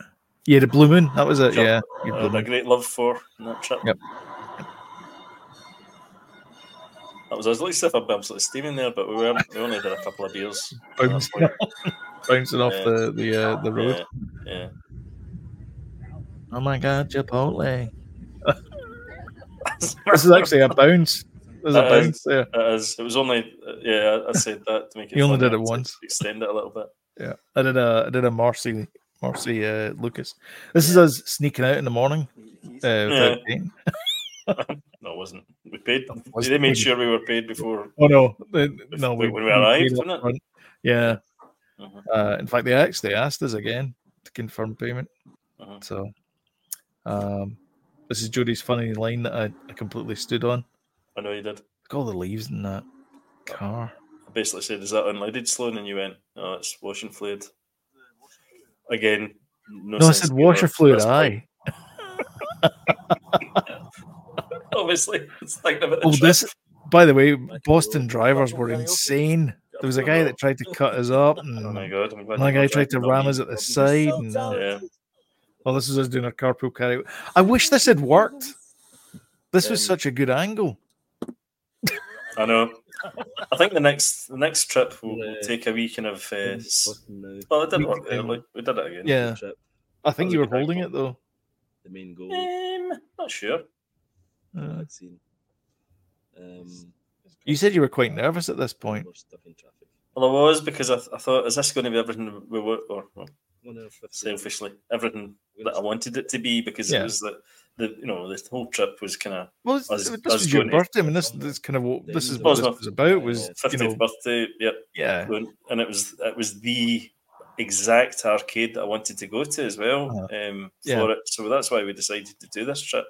Speaker 1: Yeah, the Blue Moon. That was it.
Speaker 2: Sure.
Speaker 1: Yeah. your
Speaker 2: uh,
Speaker 1: Blue
Speaker 2: my
Speaker 1: Moon.
Speaker 2: great love for in that trip.
Speaker 1: Yep.
Speaker 2: That was, I was like, stuff I'm absolutely steaming there, but we were we only had a couple of beers. at that
Speaker 1: Bouncing,
Speaker 2: point.
Speaker 1: bouncing off
Speaker 2: Yeah.
Speaker 1: the the uh, the road.
Speaker 2: Yeah, yeah.
Speaker 1: Oh my God, Chipotle. this is actually a bounce. There's a
Speaker 2: That is-
Speaker 1: bounce there.
Speaker 2: It is. It was only, uh, yeah, I- I said that to make it.
Speaker 1: You only
Speaker 2: funny,
Speaker 1: did it
Speaker 2: to
Speaker 1: once.
Speaker 2: Extend it a little bit.
Speaker 1: Yeah, I did a I did a Marcy Marcy uh, Lucas. This is us sneaking out in the morning. Uh, without paying.
Speaker 2: No, it wasn't. We paid.
Speaker 1: was-
Speaker 2: They made sure we were paid before.
Speaker 1: Oh no, uh, no, we,
Speaker 2: When we
Speaker 1: paid
Speaker 2: arrived,
Speaker 1: up
Speaker 2: wasn't it?
Speaker 1: front. Yeah.
Speaker 2: Mhm.
Speaker 1: Uh, in fact, they actually asked us again to confirm payment.
Speaker 2: Mhm.
Speaker 1: So, um, this is Jody's funny line that I, I completely stood on.
Speaker 2: I know you did.
Speaker 1: Look at all the leaves in that car.
Speaker 2: I basically said, "Is that unleaded, Sloan?" And you went, "No, it's washing fluid." Again, no.
Speaker 1: No, I
Speaker 2: sense
Speaker 1: said
Speaker 2: of humor
Speaker 1: washer
Speaker 2: at
Speaker 1: fluid.
Speaker 2: this
Speaker 1: Aye.
Speaker 2: point. Obviously, it's thinking about the
Speaker 1: Oh,
Speaker 2: trip.
Speaker 1: this. By the way,
Speaker 3: Like,
Speaker 1: Boston
Speaker 3: oh,
Speaker 1: drivers
Speaker 3: oh,
Speaker 1: were
Speaker 3: karaoke.
Speaker 1: insane. There was a guy that tried to cut us up, and
Speaker 2: Oh my
Speaker 1: another
Speaker 2: god! I'm glad you
Speaker 1: guy
Speaker 2: watched
Speaker 1: tried
Speaker 2: that.
Speaker 1: to ram us at the side.
Speaker 3: so
Speaker 1: And,
Speaker 3: talented.
Speaker 2: Yeah,
Speaker 1: oh, this is us doing our carpool karaoke. I wish this had worked. This was
Speaker 3: Um,
Speaker 1: such a good angle.
Speaker 2: I know. I think the next the next trip we'll, we'll take a week kind of. Uh, s- well, it did
Speaker 1: We
Speaker 2: work. There.
Speaker 1: can-
Speaker 2: Like, we did it again.
Speaker 1: Yeah, I think
Speaker 2: was
Speaker 1: you
Speaker 2: a
Speaker 1: were
Speaker 2: good
Speaker 1: holding it
Speaker 2: angle.
Speaker 1: though.
Speaker 8: the main goal
Speaker 2: Um, not sure.
Speaker 1: Uh,
Speaker 8: I'd seen. Um,
Speaker 1: you said you were quite nervous at this point.
Speaker 8: we're stuck in traffic.
Speaker 2: Well, I was because I, th- I thought, is this going to be everything we were, or well,
Speaker 8: One hour fifty.
Speaker 2: selfishly, everything
Speaker 8: We're
Speaker 2: that I
Speaker 8: stuck.
Speaker 2: wanted it to be? Because
Speaker 1: Yeah.
Speaker 2: it was the, the you know the whole trip was kind of
Speaker 1: Well, it's,
Speaker 2: Us-
Speaker 1: this
Speaker 2: us
Speaker 1: was your
Speaker 2: going to-
Speaker 1: birthday. I mean, this this kind of what this is
Speaker 8: Well,
Speaker 1: what
Speaker 2: it's
Speaker 1: this
Speaker 2: not-
Speaker 1: was about. Was you
Speaker 2: 50th
Speaker 1: know,
Speaker 2: birthday. Yep.
Speaker 1: yeah,
Speaker 2: When- and it was it was the exact arcade that I wanted to go to as well um,
Speaker 1: Uh-huh. Yeah.
Speaker 2: for it. So that's why we decided to do this trip.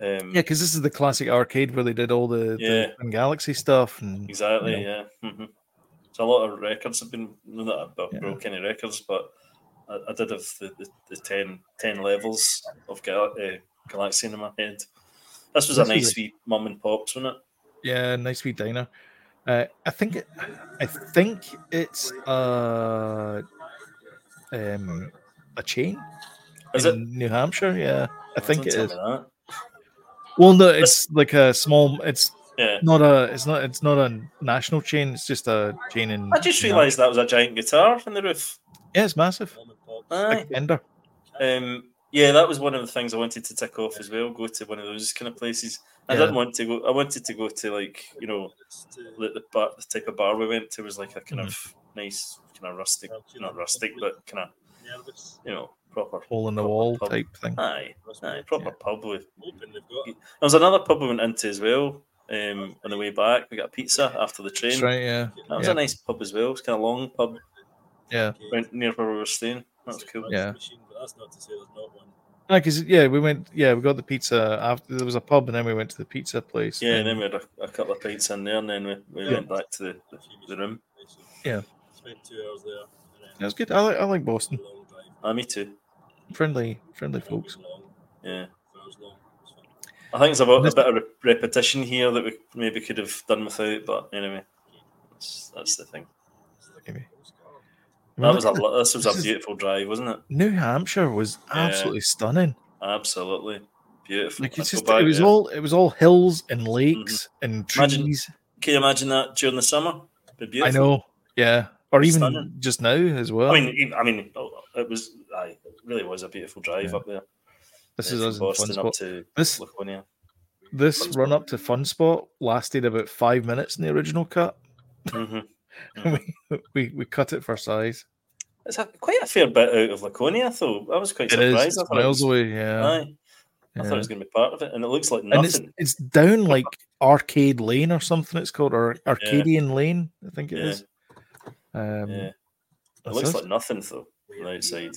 Speaker 2: Um,
Speaker 1: yeah, because this is the classic arcade where they did all the,
Speaker 2: Yeah.
Speaker 1: the Twin Galaxy stuff, and
Speaker 2: exactly.
Speaker 1: you
Speaker 2: Yeah, hmm so a lot of records have been not I've not
Speaker 1: Yeah.
Speaker 2: broke any records, but I, I did have the, the, the 10, 10 levels of Gal- uh, Galaxy in my head. This was a
Speaker 1: This is
Speaker 2: nice wee mum and pops, wasn't it?
Speaker 1: yeah, nice wee diner. Uh, I think it, I think it's uh um a chain
Speaker 2: Is
Speaker 1: in New Hampshire. Yeah, I
Speaker 2: Oh,
Speaker 1: think
Speaker 2: don't
Speaker 1: it
Speaker 2: tell
Speaker 1: is.
Speaker 2: me that.
Speaker 1: Well, no, it's like a small. It's
Speaker 2: Yeah,
Speaker 1: not a. It's not. It's not a national chain. It's just a chain in.
Speaker 2: I just
Speaker 1: New Hampshire.
Speaker 2: realised that was a giant guitar in the roof.
Speaker 1: Yeah, it's massive.
Speaker 2: Aye.
Speaker 1: Like Fender.
Speaker 2: Um, yeah, that was one of the things I wanted to tick off as well. Go to one of those kind of places. I
Speaker 1: Yeah.
Speaker 2: didn't want to go. I wanted to go to like you know the, the, bar, the type of bar we went to was like a kind of
Speaker 1: Mm-hmm.
Speaker 2: nice, kind of rustic, not rustic, but kind of you know proper.
Speaker 1: hole in the
Speaker 2: Proper
Speaker 1: wall
Speaker 2: pub.
Speaker 1: type thing.
Speaker 2: Aye, aye proper pub. With,
Speaker 3: Open, they've got.
Speaker 2: there was another pub we went into as well. Um, on the way back, we got a pizza after the train.
Speaker 1: That's right, yeah.
Speaker 2: That was
Speaker 1: yeah.
Speaker 2: a nice pub as well. It was kind of long pub.
Speaker 1: Yeah.
Speaker 2: went near where we were staying. That was cool.
Speaker 1: Yeah.
Speaker 3: Machine, but that's not to say there's not one.
Speaker 1: Because yeah, we went. Yeah, we got the pizza after there was a pub, and then we went to the pizza place.
Speaker 2: Yeah, and then we had a, a couple of pints in there, and then we, we
Speaker 1: Yeah.
Speaker 2: went back to the, the, the room.
Speaker 1: Yeah.
Speaker 3: Spent two hours there.
Speaker 1: that was good. I like, I like Boston.
Speaker 3: Long drive.
Speaker 2: Ah, me too.
Speaker 1: Friendly, friendly folks.
Speaker 3: Long,
Speaker 2: Yeah.
Speaker 3: two hours long. It's fun.
Speaker 2: I think it's about a
Speaker 1: This-
Speaker 2: bit of re- repetition here that we maybe could have done without, but anyway, that's, that's the thing.
Speaker 1: Maybe.
Speaker 2: That was a lo- this was
Speaker 1: This
Speaker 2: a
Speaker 1: is-
Speaker 2: beautiful drive, wasn't it?
Speaker 1: New Hampshire was
Speaker 2: Yeah.
Speaker 1: absolutely stunning.
Speaker 2: Absolutely beautiful.
Speaker 1: Like it's
Speaker 2: I go
Speaker 1: just,
Speaker 2: back
Speaker 1: it was
Speaker 2: there.
Speaker 1: all it was all hills and lakes and
Speaker 2: Mm-hmm. Imagine-
Speaker 1: trees.
Speaker 2: Can you imagine that during the summer? It'd be
Speaker 1: I
Speaker 2: beautiful.
Speaker 1: know, yeah, or even
Speaker 2: Stunning.
Speaker 1: just now as well.
Speaker 2: I mean, e- I mean, oh, it was. Aye, it really was a beautiful drive
Speaker 1: Yeah.
Speaker 2: up there.
Speaker 1: this
Speaker 2: uh,
Speaker 1: is
Speaker 2: from
Speaker 1: us in fun
Speaker 2: Boston up
Speaker 1: spot.
Speaker 2: to
Speaker 1: This
Speaker 2: Laconia.
Speaker 1: this
Speaker 2: Fun
Speaker 1: run up to fun spot lasted about five minutes in the original cut.
Speaker 2: Mhm.
Speaker 1: we, we we cut it for size.
Speaker 2: It's a, quite a fair bit out of Laconia, though. I was quite
Speaker 1: It is
Speaker 2: surprised.
Speaker 1: it's
Speaker 2: I thought it
Speaker 1: miles
Speaker 2: was,
Speaker 1: away. Yeah,
Speaker 2: aye, I
Speaker 1: yeah.
Speaker 2: thought it was going to be part of it, and it looks like
Speaker 1: and it's
Speaker 2: nothing.
Speaker 1: it's down like Arcade Lane or something. It's called or Arcadian Lane, I think it
Speaker 2: Yeah.
Speaker 1: is. Um,
Speaker 2: yeah. It
Speaker 1: that's
Speaker 2: looks
Speaker 1: us.
Speaker 2: like nothing though on the outside.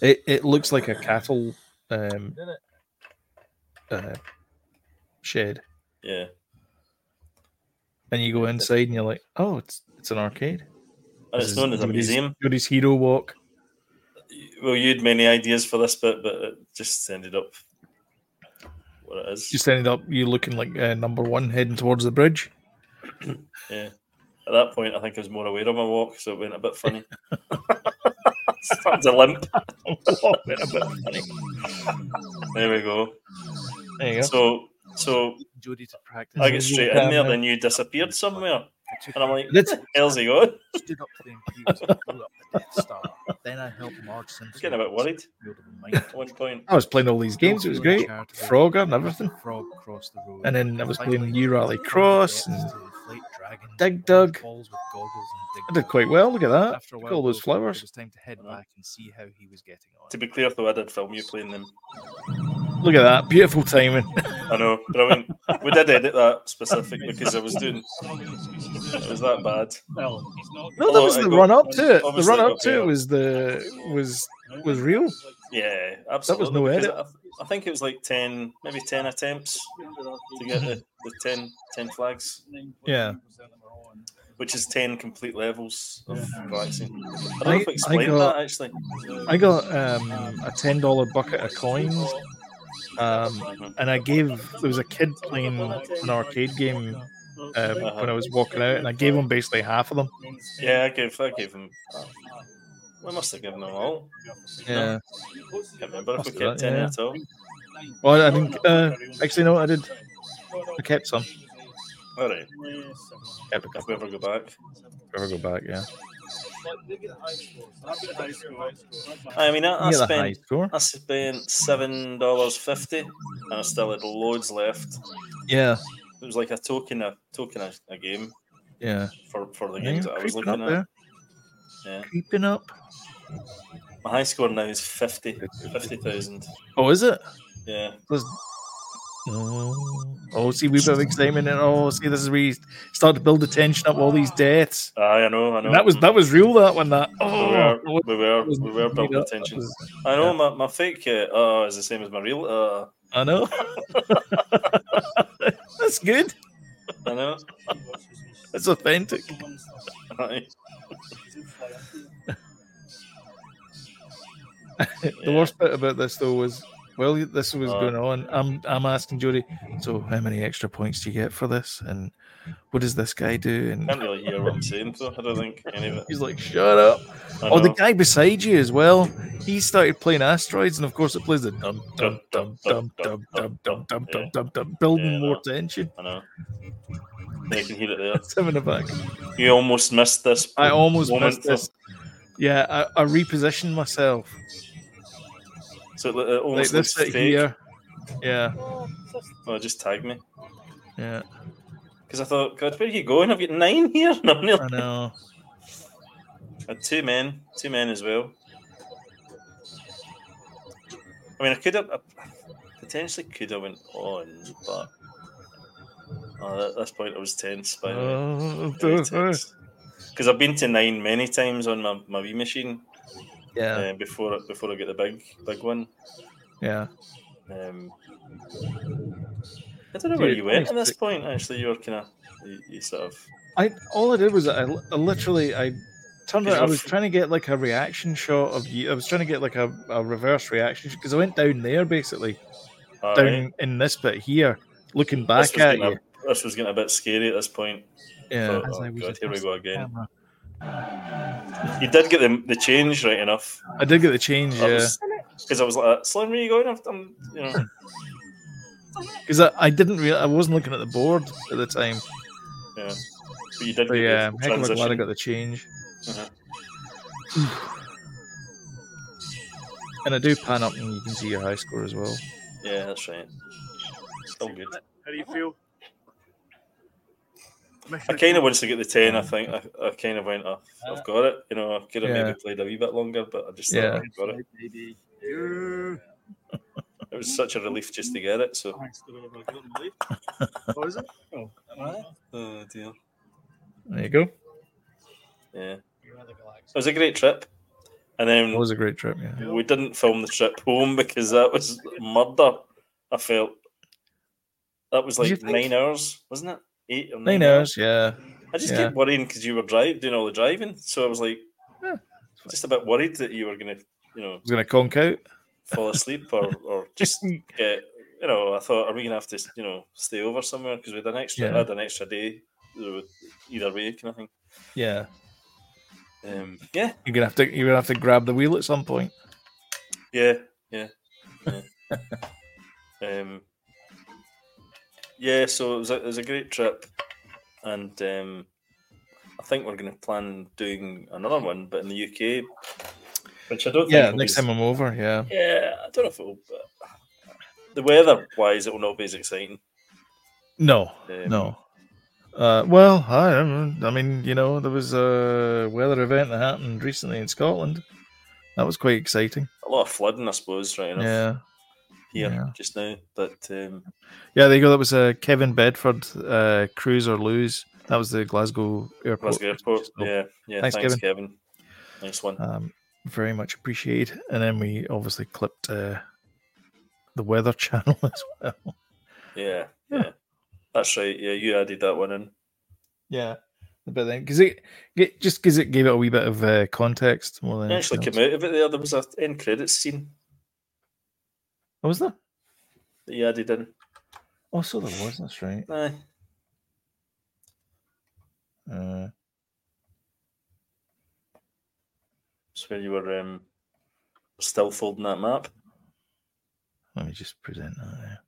Speaker 1: It it looks like a cattle um uh, shed,
Speaker 2: Yeah.
Speaker 1: and you go inside and you're like, oh, it's it's an arcade.
Speaker 2: And
Speaker 1: This
Speaker 2: it's
Speaker 1: is
Speaker 2: known as a
Speaker 1: Goody's-
Speaker 2: museum.
Speaker 1: Goody's Hero Walk.
Speaker 2: Well, you had many ideas for this bit, but it just ended up what it is.
Speaker 1: Just ended up you looking like uh, number one heading towards the bridge.
Speaker 2: At that point, I think I was more aware of my walk, so it went a bit funny. Started to limp. Went a bit funny. there we go.
Speaker 1: There you go.
Speaker 2: So, so
Speaker 6: Jody to practice.
Speaker 2: I get straight in there, then you disappeared somewhere,
Speaker 6: took
Speaker 2: and I'm like,
Speaker 1: That's-
Speaker 2: "How's he going?"
Speaker 6: stood up to the Imperials and blew up the Death Star. Then I helped Marge Simpson.
Speaker 2: Getting a bit worried
Speaker 6: build up a mind
Speaker 2: at one point.
Speaker 1: I was playing all these games. It was great.
Speaker 6: eh?
Speaker 1: Frogger and everything.
Speaker 6: Frog crossed the road.
Speaker 1: And then I was playing
Speaker 6: Finally,
Speaker 1: New Rally
Speaker 6: from the
Speaker 1: Cross
Speaker 6: depths
Speaker 1: and
Speaker 6: to inflate dragons,
Speaker 1: Dig
Speaker 6: wild
Speaker 1: Dug.
Speaker 6: balls with goggles and
Speaker 1: I
Speaker 6: dig
Speaker 1: did quite well. Look at
Speaker 6: dugs.
Speaker 1: that.
Speaker 6: After a
Speaker 1: Look
Speaker 6: while,
Speaker 1: at all those
Speaker 6: though, It
Speaker 1: flowers.
Speaker 6: was time to head back and see how he was getting on.
Speaker 2: To be clear, though, I did film you playing them.
Speaker 1: Look at that. Beautiful timing.
Speaker 2: I know, brilliant. we did edit that specific because I was doing. It was that bad.
Speaker 5: Well,
Speaker 1: No, that
Speaker 2: Oh,
Speaker 1: was
Speaker 2: I
Speaker 1: the
Speaker 2: got-
Speaker 1: run up to it. The
Speaker 2: obviously I
Speaker 1: run up
Speaker 2: got uh,
Speaker 1: to
Speaker 2: better.
Speaker 1: it was the was was real.
Speaker 2: Yeah, absolutely.
Speaker 1: no
Speaker 2: because
Speaker 1: edit.
Speaker 2: I, I think it was like 10, maybe 10 attempts to get the, the 10, 10 flags,
Speaker 1: Yeah.
Speaker 2: which is 10 complete levels of galaxy. I don't
Speaker 1: I-
Speaker 2: know if I
Speaker 1: I
Speaker 2: explained
Speaker 1: got-
Speaker 2: that actually.
Speaker 1: I got um, a ten dollar bucket of coins, um, and I gave there was a kid playing an arcade game um,
Speaker 2: Uh-huh.
Speaker 1: when I was walking out, and I gave him basically half of them.
Speaker 2: Yeah, I gave, I gave him. I must have given them all.
Speaker 1: Yeah.
Speaker 2: Can't remember if
Speaker 1: Must
Speaker 2: we
Speaker 1: have
Speaker 2: kept
Speaker 1: done,
Speaker 2: 10
Speaker 1: yeah.
Speaker 2: at all.
Speaker 1: Well, I think uh, actually no, I did. I kept some.
Speaker 2: All right,
Speaker 1: Kept a
Speaker 2: if
Speaker 1: couple.
Speaker 2: we ever go back.
Speaker 1: Ever go back? Yeah.
Speaker 2: I mean, I, I
Speaker 1: Yeah, the high
Speaker 2: spent
Speaker 1: score.
Speaker 2: I spent seven dollars fifty, and I still had loads left.
Speaker 1: Yeah.
Speaker 2: It was like a token, a token, a, a game
Speaker 1: Yeah.
Speaker 2: for for the
Speaker 1: Yeah,
Speaker 2: games that I was
Speaker 1: creeping up
Speaker 2: looking
Speaker 1: there.
Speaker 2: at. Yeah.
Speaker 1: Creeping up.
Speaker 2: My high score now is 50 50,000.
Speaker 1: Oh, is it?
Speaker 2: yeah,
Speaker 1: Let's- Oh, oh, see, we've been excitement and oh, see, this is where you start to build the tension up. All these deaths.
Speaker 2: Aye, I know, I know.
Speaker 1: And that was that was real. That one. That
Speaker 2: We
Speaker 1: oh,
Speaker 2: were, we were,
Speaker 1: was
Speaker 2: we were
Speaker 1: made
Speaker 2: building
Speaker 1: up. That
Speaker 2: tension.
Speaker 1: was-
Speaker 2: I know my, my fake uh, oh is the same as my real uh,
Speaker 1: I know. That's good.
Speaker 2: I know.
Speaker 1: That's authentic.
Speaker 2: Aye.
Speaker 1: The
Speaker 2: Yeah.
Speaker 1: worst bit about this though was well, this was
Speaker 2: Uh.
Speaker 1: going on. I'm I'm asking Jody. So, how many extra points do you get for this? And what does this guy do? And
Speaker 2: Can't really hear what I'm saying though. I don't think any of it.
Speaker 1: he's like, "Shut up."
Speaker 2: I
Speaker 1: Oh, the
Speaker 2: know.
Speaker 1: guy beside you as well. He started playing asteroids, and of course, it plays the dum dum dum dum dum dum dum dum
Speaker 2: Yeah.
Speaker 1: dum dum dum, building
Speaker 2: Yeah,
Speaker 1: more
Speaker 2: no.
Speaker 1: tension.
Speaker 2: I know. I can hear it there.
Speaker 1: It's having a back.
Speaker 2: You almost missed this.
Speaker 1: I almost
Speaker 2: moment,
Speaker 1: missed this. Yeah, I, I repositioned myself
Speaker 2: So it, it
Speaker 1: like
Speaker 2: almost
Speaker 1: this
Speaker 2: looks
Speaker 1: bit
Speaker 2: fake.
Speaker 1: here. Yeah,
Speaker 2: Oh, just tag me.
Speaker 1: yeah,
Speaker 2: Because I thought, God, where are you going? I've got nine here. And I'm nearly...
Speaker 1: I know.
Speaker 2: I had two men, two men as well. I mean, I could have I potentially could have went on, but oh, at this point I was tense. By
Speaker 1: Uh,
Speaker 2: the way,
Speaker 1: Oh,
Speaker 2: because I've been to nine many times on my, my Wii machine
Speaker 1: yeah,
Speaker 2: uh, before before I get the big big one.
Speaker 1: yeah.
Speaker 2: Um, I don't know where
Speaker 1: Dude,
Speaker 2: you went at this
Speaker 1: honestly-
Speaker 2: point. Actually, you were kind of you, you sort of
Speaker 1: I all I did was I, I literally I turned
Speaker 2: Is
Speaker 1: out I
Speaker 2: your
Speaker 1: was
Speaker 2: f-
Speaker 1: trying to get like a reaction shot of you. I was trying to get like a, a reverse reaction because I went down there basically.
Speaker 2: all
Speaker 1: down
Speaker 2: right.
Speaker 1: in this bit here, looking
Speaker 2: This
Speaker 1: back
Speaker 2: was
Speaker 1: at
Speaker 2: getting
Speaker 1: you.
Speaker 2: a- This was getting a bit scary at this point.
Speaker 1: Yeah.
Speaker 2: Thought,
Speaker 6: As
Speaker 2: oh,
Speaker 6: I was
Speaker 2: God, here we go again.
Speaker 6: Camera.
Speaker 2: You did get the, the change right enough.
Speaker 1: I did get the change.
Speaker 2: I
Speaker 1: Yeah.
Speaker 2: was because I was like, Slim, where are you going? I'm- I'm, you know,
Speaker 1: because I, I didn't real I wasn't looking at the board at the time.
Speaker 2: but you did
Speaker 1: So
Speaker 2: get
Speaker 1: yeah,
Speaker 2: the
Speaker 1: I'm heck of a glad I
Speaker 2: transition.
Speaker 1: got the change.
Speaker 2: Mhm.
Speaker 1: and I do pan up and you can see your high score as well.
Speaker 2: Yeah, that's right. Still good.
Speaker 4: How do you feel?
Speaker 2: I kind of once I get the ten, I think I, I kind of went, oh, I've got it. You know, I could have
Speaker 1: Yeah.
Speaker 2: maybe played a wee bit longer, but I just
Speaker 1: Yeah.
Speaker 2: thought I've got it. It was such a relief just to get it. So,
Speaker 4: What is it? Oh,
Speaker 2: oh dear.
Speaker 1: There you go.
Speaker 2: Mm. Yeah, it was a great trip, and
Speaker 1: It
Speaker 2: then
Speaker 1: was a great trip. Yeah.
Speaker 2: we didn't film the trip home because that was murder. I felt that was
Speaker 1: Did you
Speaker 2: like
Speaker 1: think-
Speaker 2: nine hours, wasn't it? Eight or nine,
Speaker 1: Nine hours. Yeah.
Speaker 2: I just
Speaker 1: yeah.
Speaker 2: kept worrying because you were driving, doing all the driving, so I was like,
Speaker 1: Yeah,
Speaker 2: just a bit worried that you were gonna, you know,
Speaker 1: I was gonna conk out.
Speaker 2: fall asleep or or just get. You know, I thought, are we gonna have to, you know, stay over somewhere because we had an extra,
Speaker 1: Yeah.
Speaker 2: I had an extra day, uh, either way, kind of thing.
Speaker 1: Yeah.
Speaker 2: Um, yeah,
Speaker 1: You're gonna have to you're gonna have to grab the wheel at some point.
Speaker 2: Yeah, yeah, yeah. um, yeah. So it was a, it was a great trip, and um, I think we're going to plan doing another one, but in the UK, which I don't.
Speaker 1: Yeah,
Speaker 2: think will
Speaker 1: next
Speaker 2: be-
Speaker 1: time I'm over, yeah.
Speaker 2: Yeah, I don't know if it'll. But the weather wise, it will not be as exciting.
Speaker 1: No,
Speaker 2: Um,
Speaker 1: no. Uh, well, I, don't know. I mean, you know, there was a weather event that happened recently in Scotland. That was quite exciting.
Speaker 2: A lot of flooding, I suppose, right enough
Speaker 1: Yeah,
Speaker 2: here
Speaker 1: yeah.
Speaker 2: just now. But um,
Speaker 1: yeah. There you go. That was uh, Kevin Bedford, uh, cruise or lose. That was the Glasgow airport.
Speaker 2: Glasgow Airport,
Speaker 1: So,
Speaker 2: yeah, yeah.
Speaker 1: Thanks,
Speaker 2: Thanks, Kevin. Nice one.
Speaker 1: Um, very much appreciated. And then we obviously clipped uh, the Weather Channel as well.
Speaker 2: Yeah,
Speaker 1: Yeah.
Speaker 2: yeah. That's right. Yeah, you added that one in.
Speaker 1: Yeah, but then because it, it just because it gave it a wee bit of uh, context more than
Speaker 2: I actually
Speaker 1: anything
Speaker 2: came out of it there. There was an end credits scene
Speaker 1: else. Oh, was there?
Speaker 2: that you added in.
Speaker 1: Oh, so there was. That's right.
Speaker 2: Aye.
Speaker 1: Uh,
Speaker 2: It's where you were um, still folding that map.
Speaker 1: Let me just present that there.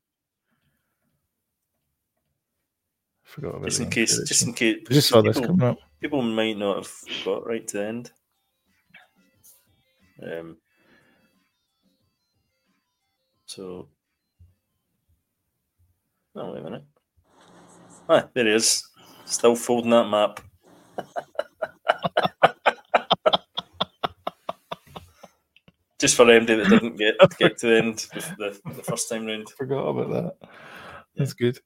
Speaker 1: Forgot about
Speaker 2: Just
Speaker 1: the
Speaker 2: in case,
Speaker 1: introduction.
Speaker 2: just in case.
Speaker 1: I just saw this
Speaker 2: people,
Speaker 1: coming up.
Speaker 2: people might not have got right to the end. Um, so. Oh, wait a minute. Ah, there he is. Still folding that map. Just for MD that didn't get, get to the end with the, the first time round.
Speaker 1: Forgot about that. That's good.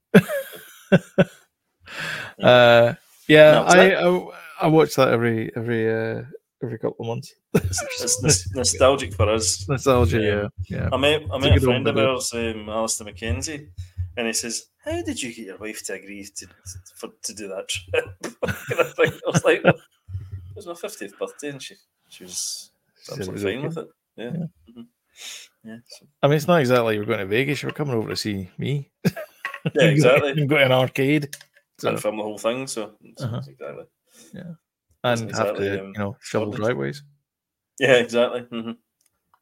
Speaker 1: uh, yeah,
Speaker 2: That was
Speaker 1: I,
Speaker 2: it.
Speaker 1: I I watch that every every uh, every couple of months.
Speaker 2: It's, it's nos- nostalgic for us.
Speaker 1: Nostalgia. Yeah,
Speaker 2: Yeah.
Speaker 1: yeah.
Speaker 2: I met,
Speaker 1: It's
Speaker 2: I
Speaker 1: a
Speaker 2: met a
Speaker 1: good old
Speaker 2: friend of
Speaker 1: video.
Speaker 2: ours, um, Alistair McKenzie, and he says, "How did you get your wife to agree to for, to do that trip?" and I, think, I was like, "It was my fiftieth birthday, and she she was
Speaker 1: So it was
Speaker 2: absolutely fine
Speaker 1: okay.
Speaker 2: with it." Yeah, Mhm. yeah. so-
Speaker 1: I mean, it's not exactly you're going to Vegas. You're coming over to see me.
Speaker 2: yeah, exactly.
Speaker 1: You've got an arcade
Speaker 2: And film the whole thing, so so
Speaker 1: Uh-huh.
Speaker 2: exactly.
Speaker 1: and have
Speaker 2: Isn't exactly,
Speaker 1: to
Speaker 2: um,
Speaker 1: you know shovel
Speaker 2: Scotland.
Speaker 1: driveways.
Speaker 2: Yeah, exactly. hmm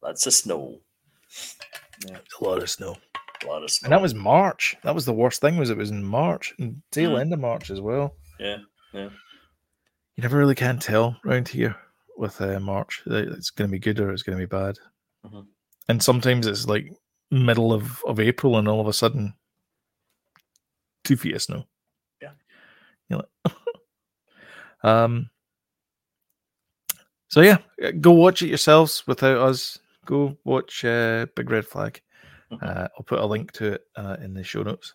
Speaker 2: That's a snow. Yeah,
Speaker 1: A lot of snow.
Speaker 2: a lot of snow.
Speaker 1: And that was March. That was the worst thing was it was in March and tail
Speaker 2: Mm.
Speaker 1: end of March as well.
Speaker 2: Yeah, yeah.
Speaker 1: You never really can tell round here with uh, March that it's going to be good or it's going to be bad.
Speaker 2: Mhm.
Speaker 1: And sometimes it's like middle of, of April and all of a sudden two feet of snow.
Speaker 2: Yeah.
Speaker 1: You're like, um. So yeah, uh, go watch it yourselves without us. Go watch uh, Big Red Flag.
Speaker 2: Mhm.
Speaker 1: Uh, I'll put a link to it uh, in the show notes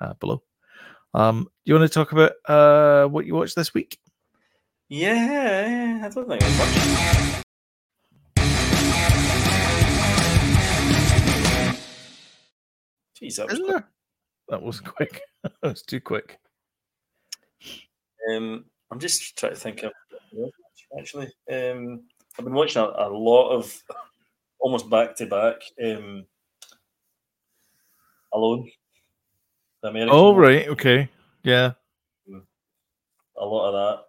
Speaker 1: uh, below. Um, you want to talk about uh, what you watched this week?
Speaker 2: Yeah, I don't think I watched. Jeez, that was
Speaker 1: Isn't there?
Speaker 2: quick.
Speaker 1: That was quick. that was too quick.
Speaker 2: Um, I'm just trying to think of actually. Um, I've been watching a, a lot of almost back to back. Um, Alone, the American.
Speaker 1: Oh
Speaker 2: one,
Speaker 1: right, okay, yeah.
Speaker 2: A lot of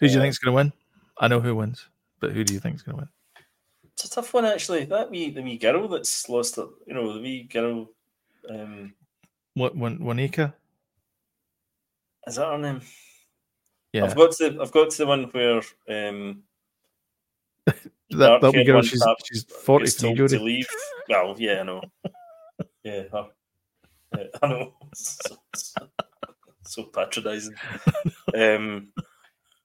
Speaker 1: Who do you
Speaker 2: Yeah.
Speaker 1: think's going to win? I know who wins, but who do you think's going to win?
Speaker 2: it's a tough one actually. That wee the wee girl that's lost it, you know, the wee girl. Um,
Speaker 1: What one Wanika?
Speaker 2: is that her name?
Speaker 1: Yeah,
Speaker 2: I've got to. I've got to the one where um,
Speaker 1: that, that wee
Speaker 2: dark-haired
Speaker 1: girl.
Speaker 2: one
Speaker 1: She's
Speaker 2: that
Speaker 1: she's
Speaker 2: gets
Speaker 1: forty-three.
Speaker 2: told
Speaker 1: Jodie.
Speaker 2: to leave. Well, yeah, I know. yeah, her. Yeah, I know. so, so patronising. Um,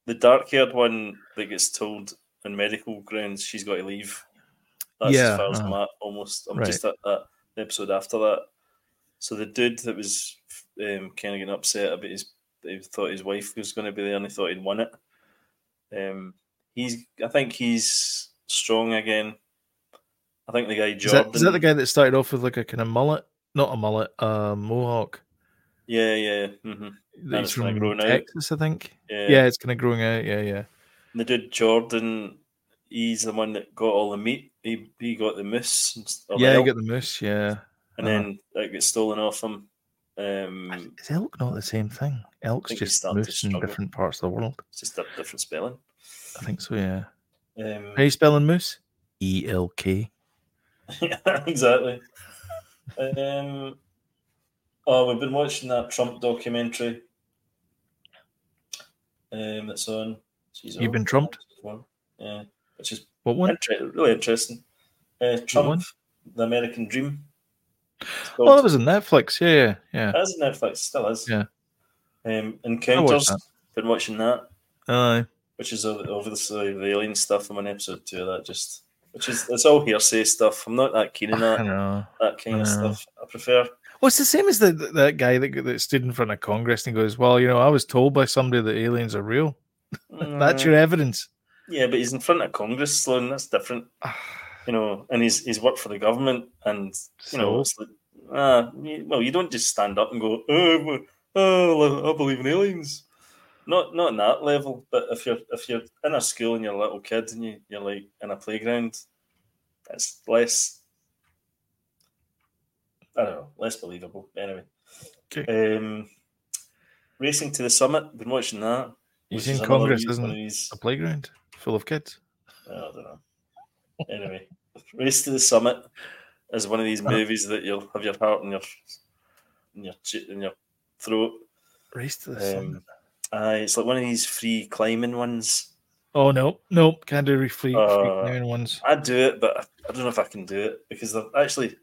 Speaker 2: the dark-haired one that gets told on medical grounds she's got to leave. That's
Speaker 1: Yeah,
Speaker 2: as far as
Speaker 1: uh-huh.
Speaker 2: I'm at. Almost, I'm just at that the episode after that. So the dude that was um, kind of getting upset about his, he thought his wife was going to be there, and he thought he'd won it. Um, he's, I think he's strong again. I think the guy
Speaker 1: Is that,
Speaker 2: Jordan.
Speaker 1: is that the guy that started off with like a kind of mullet? Not a mullet, a mohawk.
Speaker 2: Yeah, yeah, mm-hmm.
Speaker 1: That
Speaker 2: And
Speaker 1: He's
Speaker 2: it's kinda
Speaker 1: from
Speaker 2: grown out.
Speaker 1: Texas, I think.
Speaker 2: yeah.
Speaker 1: Yeah. it's kind of growing out. Yeah, yeah.
Speaker 2: And The dude Jordan, he's the one that got all the meat. He he got the moose. and s- or the
Speaker 1: yeah, you
Speaker 2: elk,
Speaker 1: got the moose. Yeah.
Speaker 2: and then it gets stolen off him. Um,
Speaker 1: Is elk not the same thing? Elk's
Speaker 2: think he
Speaker 1: just
Speaker 2: started to
Speaker 1: moose in
Speaker 2: struggle.
Speaker 1: different parts of the world.
Speaker 2: it's just a different spelling.
Speaker 1: I think so, yeah.
Speaker 2: Um,
Speaker 1: How you spelling moose? E L K.
Speaker 2: yeah, exactly. Um, oh, we've been watching that Trump documentary. Um, that's on. Jeez,
Speaker 1: You've
Speaker 2: oh,
Speaker 1: been trumped?
Speaker 2: one. Yeah, which is
Speaker 1: What one?
Speaker 2: inter- really interesting. Uh, Trump,
Speaker 1: one?
Speaker 2: the American Dream. It's called-
Speaker 1: Oh, that was on Netflix. Yeah, yeah, yeah.
Speaker 2: It is on Netflix, still is.
Speaker 1: Yeah.
Speaker 2: Um,
Speaker 1: watched
Speaker 2: Encounters.
Speaker 1: that.
Speaker 2: Been watching that,
Speaker 1: Aye.
Speaker 2: which is ob- obviously the alien stuff. I'm on episode two of that. Just which is it's all hearsay stuff. I'm not that keen on
Speaker 1: I
Speaker 2: that
Speaker 1: know.
Speaker 2: that kind of
Speaker 1: I know.
Speaker 2: stuff. I prefer
Speaker 1: Well, it's the same as the, the- that guy that, that stood in front of Congress and goes, Well, you know, I was told by somebody that aliens are real. That's
Speaker 2: Mm,
Speaker 1: your evidence.
Speaker 2: yeah, but he's in front of Congress, Sloan. That's different, you know. And he's he's worked for the government, and you know, it's like, ah, you- well, you don't just stand up and go, oh, well, oh, I believe in aliens. Not not in that level, but if you're if you're in a school and you're a little kid and you you're like in a playground, that's less. I don't know, less believable. Anyway, um, racing to the summit. Been watching that.
Speaker 1: He's
Speaker 2: which is
Speaker 1: in
Speaker 2: another
Speaker 1: Congress,
Speaker 2: wee-
Speaker 1: isn't
Speaker 2: one of
Speaker 1: it?
Speaker 2: these-
Speaker 1: A playground full of kids.
Speaker 2: I don't know. Anyway, Race to the Summit is one of these movies that you'll have your heart in your in your che- in your throat.
Speaker 1: Race to the sun.
Speaker 2: Um, aye, it's like one of these free climbing ones.
Speaker 1: Oh no, no, can't do refleet
Speaker 2: Uh,
Speaker 1: uh, ones.
Speaker 2: I do it, but I- I don't know if I can do it because they're actually.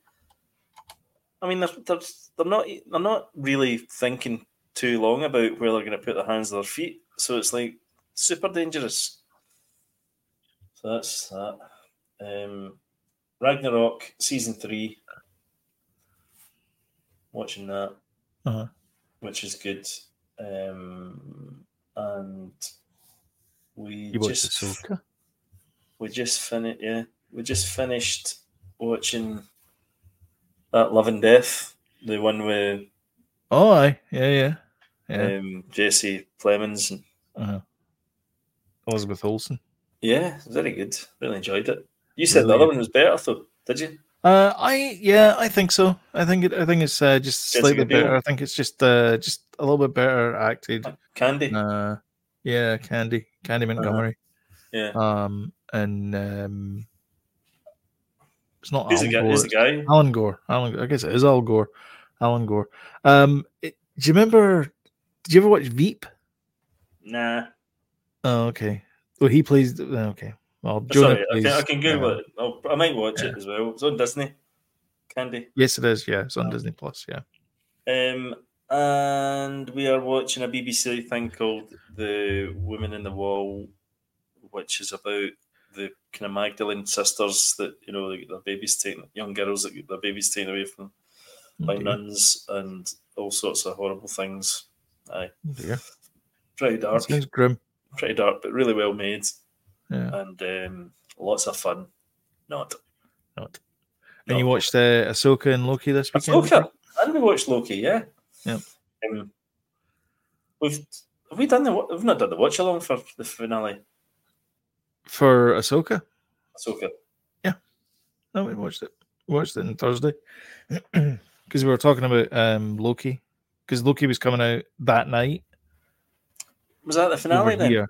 Speaker 2: I mean, they're, they're, they're not they're not really thinking too long about where they're going to put their hands or their feet, so it's like super dangerous. So that's that. Um, Ragnarok season three. Watching that,
Speaker 1: Uh-huh.
Speaker 2: which is good, um, and we
Speaker 1: You watched
Speaker 2: just
Speaker 1: Ahsoka?
Speaker 2: we just finished. Yeah, we just finished watching that Love and Death, the one with
Speaker 1: Oh, aye, yeah, yeah, yeah.
Speaker 2: um, Jesse Plemons. And,
Speaker 1: Uh-huh. Elizabeth Olsen.
Speaker 2: yeah, very good. Really enjoyed it. You said the
Speaker 1: Really
Speaker 2: other one was better, though, did you?
Speaker 1: Uh, I yeah, I think so. I think it. I think it's uh, just
Speaker 2: Jessica
Speaker 1: slightly
Speaker 2: Biel.
Speaker 1: better. I think it's just uh, just a little bit better acted.
Speaker 2: Candy.
Speaker 1: Uh, yeah, Candy, Candy Montgomery.
Speaker 2: Uh-huh. Yeah.
Speaker 1: Um, and um, it's not.
Speaker 2: Who's the
Speaker 1: Alan
Speaker 2: guy? Who's
Speaker 1: Gore,
Speaker 2: the guy?
Speaker 1: Alan Gore. Alan, I guess it is Al Gore. Alan Gore. Um, it- do you remember? Did you ever watch Veep?
Speaker 2: Nah.
Speaker 1: Oh, okay. Well, he plays. oh, Okay. Well, Jonah
Speaker 2: Oh, Sorry, I
Speaker 1: plays.
Speaker 2: can, I can Google
Speaker 1: uh,
Speaker 2: it. I'll, I might watch it as well. It's on Disney. Candy.
Speaker 1: Yes, it is. Yeah, it's
Speaker 2: Oh.
Speaker 1: on Disney Plus. Yeah.
Speaker 2: Um, and we are watching a BBC thing called The Woman in the Wall, which is about the kind of Magdalene sisters that, you know, they get their babies taken, young girls that get their babies taken away from by
Speaker 1: Okay.
Speaker 2: nuns and all sorts of horrible things. Aye.
Speaker 1: There you go.
Speaker 2: Pretty dark,
Speaker 1: Sounds grim.
Speaker 2: pretty dark, but really well made
Speaker 1: Yeah.
Speaker 2: and um, lots of fun. Not.
Speaker 1: Not.
Speaker 2: No.
Speaker 1: And you watched uh, Ahsoka and Loki this weekend?
Speaker 2: Ahsoka. And we watched Loki, yeah.
Speaker 1: Yeah.
Speaker 2: Um, we've have we done the wa- we've not done the watch along for the finale.
Speaker 1: For Ahsoka?
Speaker 2: Ahsoka.
Speaker 1: No, we watched it. We watched it on Thursday. Because we were talking about um, Loki. Because Loki was coming out that night.
Speaker 2: Was that the
Speaker 1: We were
Speaker 2: finale then?
Speaker 1: here.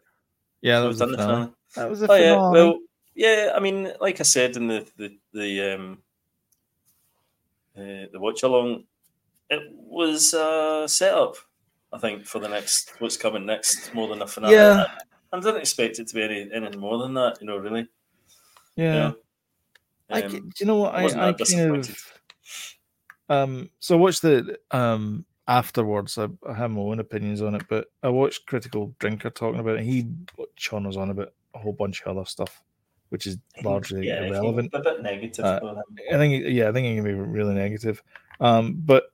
Speaker 1: Yeah, that
Speaker 2: We've
Speaker 1: was the
Speaker 2: done the
Speaker 1: finale.
Speaker 2: finale.
Speaker 1: That was the
Speaker 2: Oh yeah.
Speaker 1: finale.
Speaker 2: Well, yeah, I mean, like I said in the the the um, uh, the watch along, it was a setup, I think, for the next what's coming next more than a finale.
Speaker 1: Yeah.
Speaker 2: I, I didn't expect it to be any, anything more than that, you know, really.
Speaker 1: Yeah.
Speaker 2: Yeah.
Speaker 1: I,
Speaker 2: Um,
Speaker 1: ca- do you know what?
Speaker 2: I wasn't
Speaker 1: I, I
Speaker 2: that
Speaker 1: kind of.
Speaker 2: disappointed.
Speaker 1: Um, so I watched the um afterwards. I, I have my own opinions on it, but I watched Critical Drinker talking about it. He Sean was on about a whole bunch of other stuff, which is largely
Speaker 2: Yeah, he
Speaker 1: irrelevant.
Speaker 2: looked A bit negative.
Speaker 1: Uh,
Speaker 2: on him.
Speaker 1: I think yeah, I think it can be really negative. Um, but